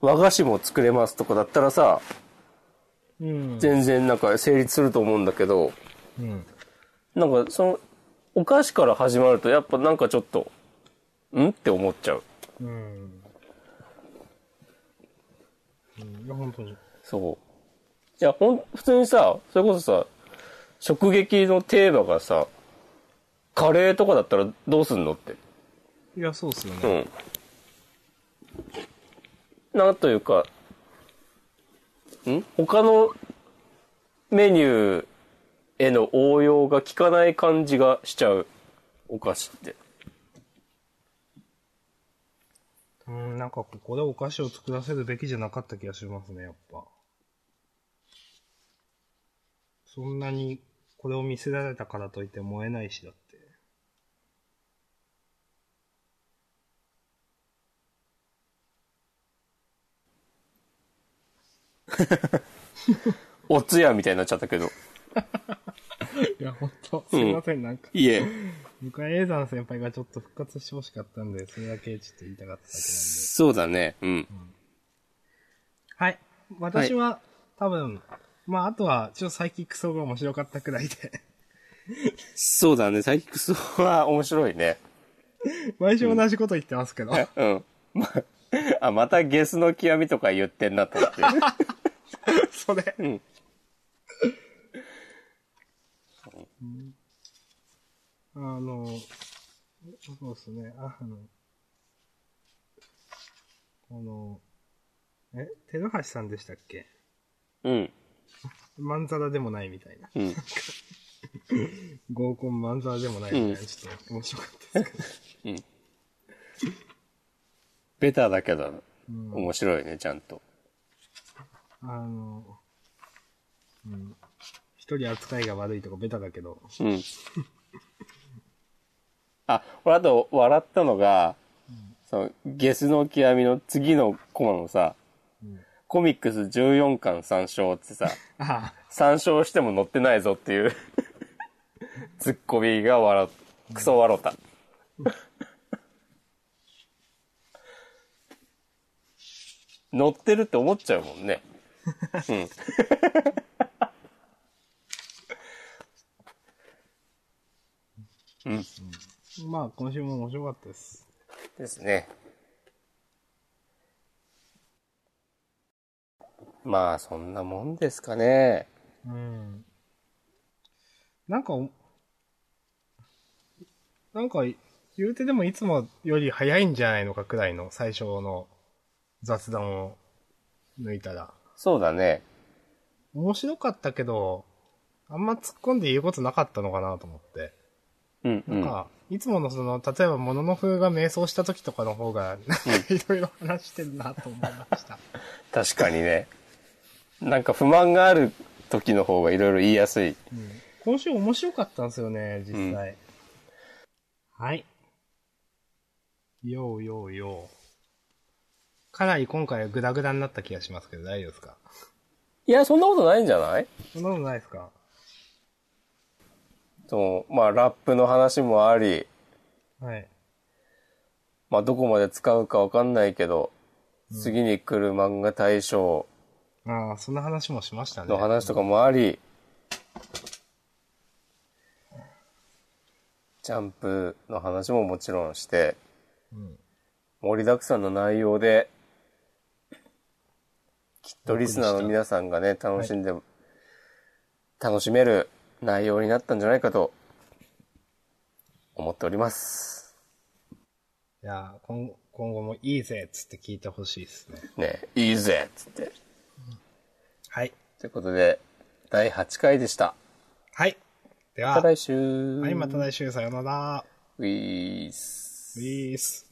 和菓子も作れますとかだったらさ、
うん。
全然なんか成立すると思うんだけど、
うん。
なんかその、お菓子から始まるとやっぱなんかちょっと、んって思っちゃう。
うん。うん、いや、本当に。
そう。いや、ほん、普通にさ、それこそさ、食撃のテーマがさ、カレーとかだったらどうすんのって。
いや、そうっすよね。
うん。なんというか、ん他のメニューへの応用が効かない感じがしちゃう。お菓子って。
うん、なんかここでお菓子を作らせるべきじゃなかった気がしますね、やっぱ。そんなにこれを見せられたからといって燃えないしだって。
おつやみたいになっちゃったけど。
いや、ほんと、すいません、なんか、
いえ。
向井英山先輩がちょっと復活してほしかったんで、それだけちょっと言いたかっただけなんで。
そうだね。うん。
はい。私は、多分、まあ、あとは、ちょっとサイキックソーが面白かったくらいで。 [LAUGHS]
そうだね。サイキックスは面白いね。
毎週同じこと言ってますけど。
うん。ま、 [LAUGHS] あ、またゲスの極みとか言ってんなと思って。
それ。
ん
あの、そうですね、あの、この、え、手橋さんでしたっけ
[LAUGHS] うん。
まんざらでもないみたいな。
うん。
合コンまんざらでもないみたいな、ちょっと面白かったですけど。
ベタだけど、面白いね、ちゃんと。
あの、うん、一人扱いが悪いとかベタだけど、
うん。あ、俺あと笑ったのが、その、ゲスの極みの次のコマのさ、コミックス14巻参照ってさ、
あ
参照しても載ってないぞっていう、ツッコミが笑う、クソ笑った。乗ってるって思っちゃうもんね。
まあ今週も面白かったです。
ですね。まあ、そんなもんですかね。
うん。なんかお、なんか、言うてでもいつもより早いんじゃないのかくらいの最初の雑談を抜いたら。
そうだね。
面白かったけど、あんま突っ込んで言うことなかったのかなと思って。
うん、う
なん
ん。
か、いつものその、例えばモノノフが瞑想した時とかの方が、なんか [LAUGHS] いろいろ話してるなと思いました。
確かにね。なんか不満がある時の方がいろいろ言いやすい。
今週面白かったんですよね、実際。はい。ようようよう。かなり今回はグダグダになった気がしますけど、大丈夫ですか
いや、そんなことないんじゃない
そんなことないですか
そう、まあ、ラップの話もあり、
はい。
まあ、どこまで使うかわかんないけど、次に来る漫画大賞
ああ、そんな話もしましたね。
の話とかもあり、ジャンプの話ももちろんして、
うん
盛りだくさんの内容で、きっとリスナーの皆さんがね、楽しんで、楽しめる内容になったんじゃないかと、思っております。
いやー、今今後もいいぜっつって聞いてほしいですね。
ね、いいぜっつって。
はい。
ということで、第8回でした。
はい。では、
また
は
来週。
い、また来週、さようなら。
ウィース。
ウィース。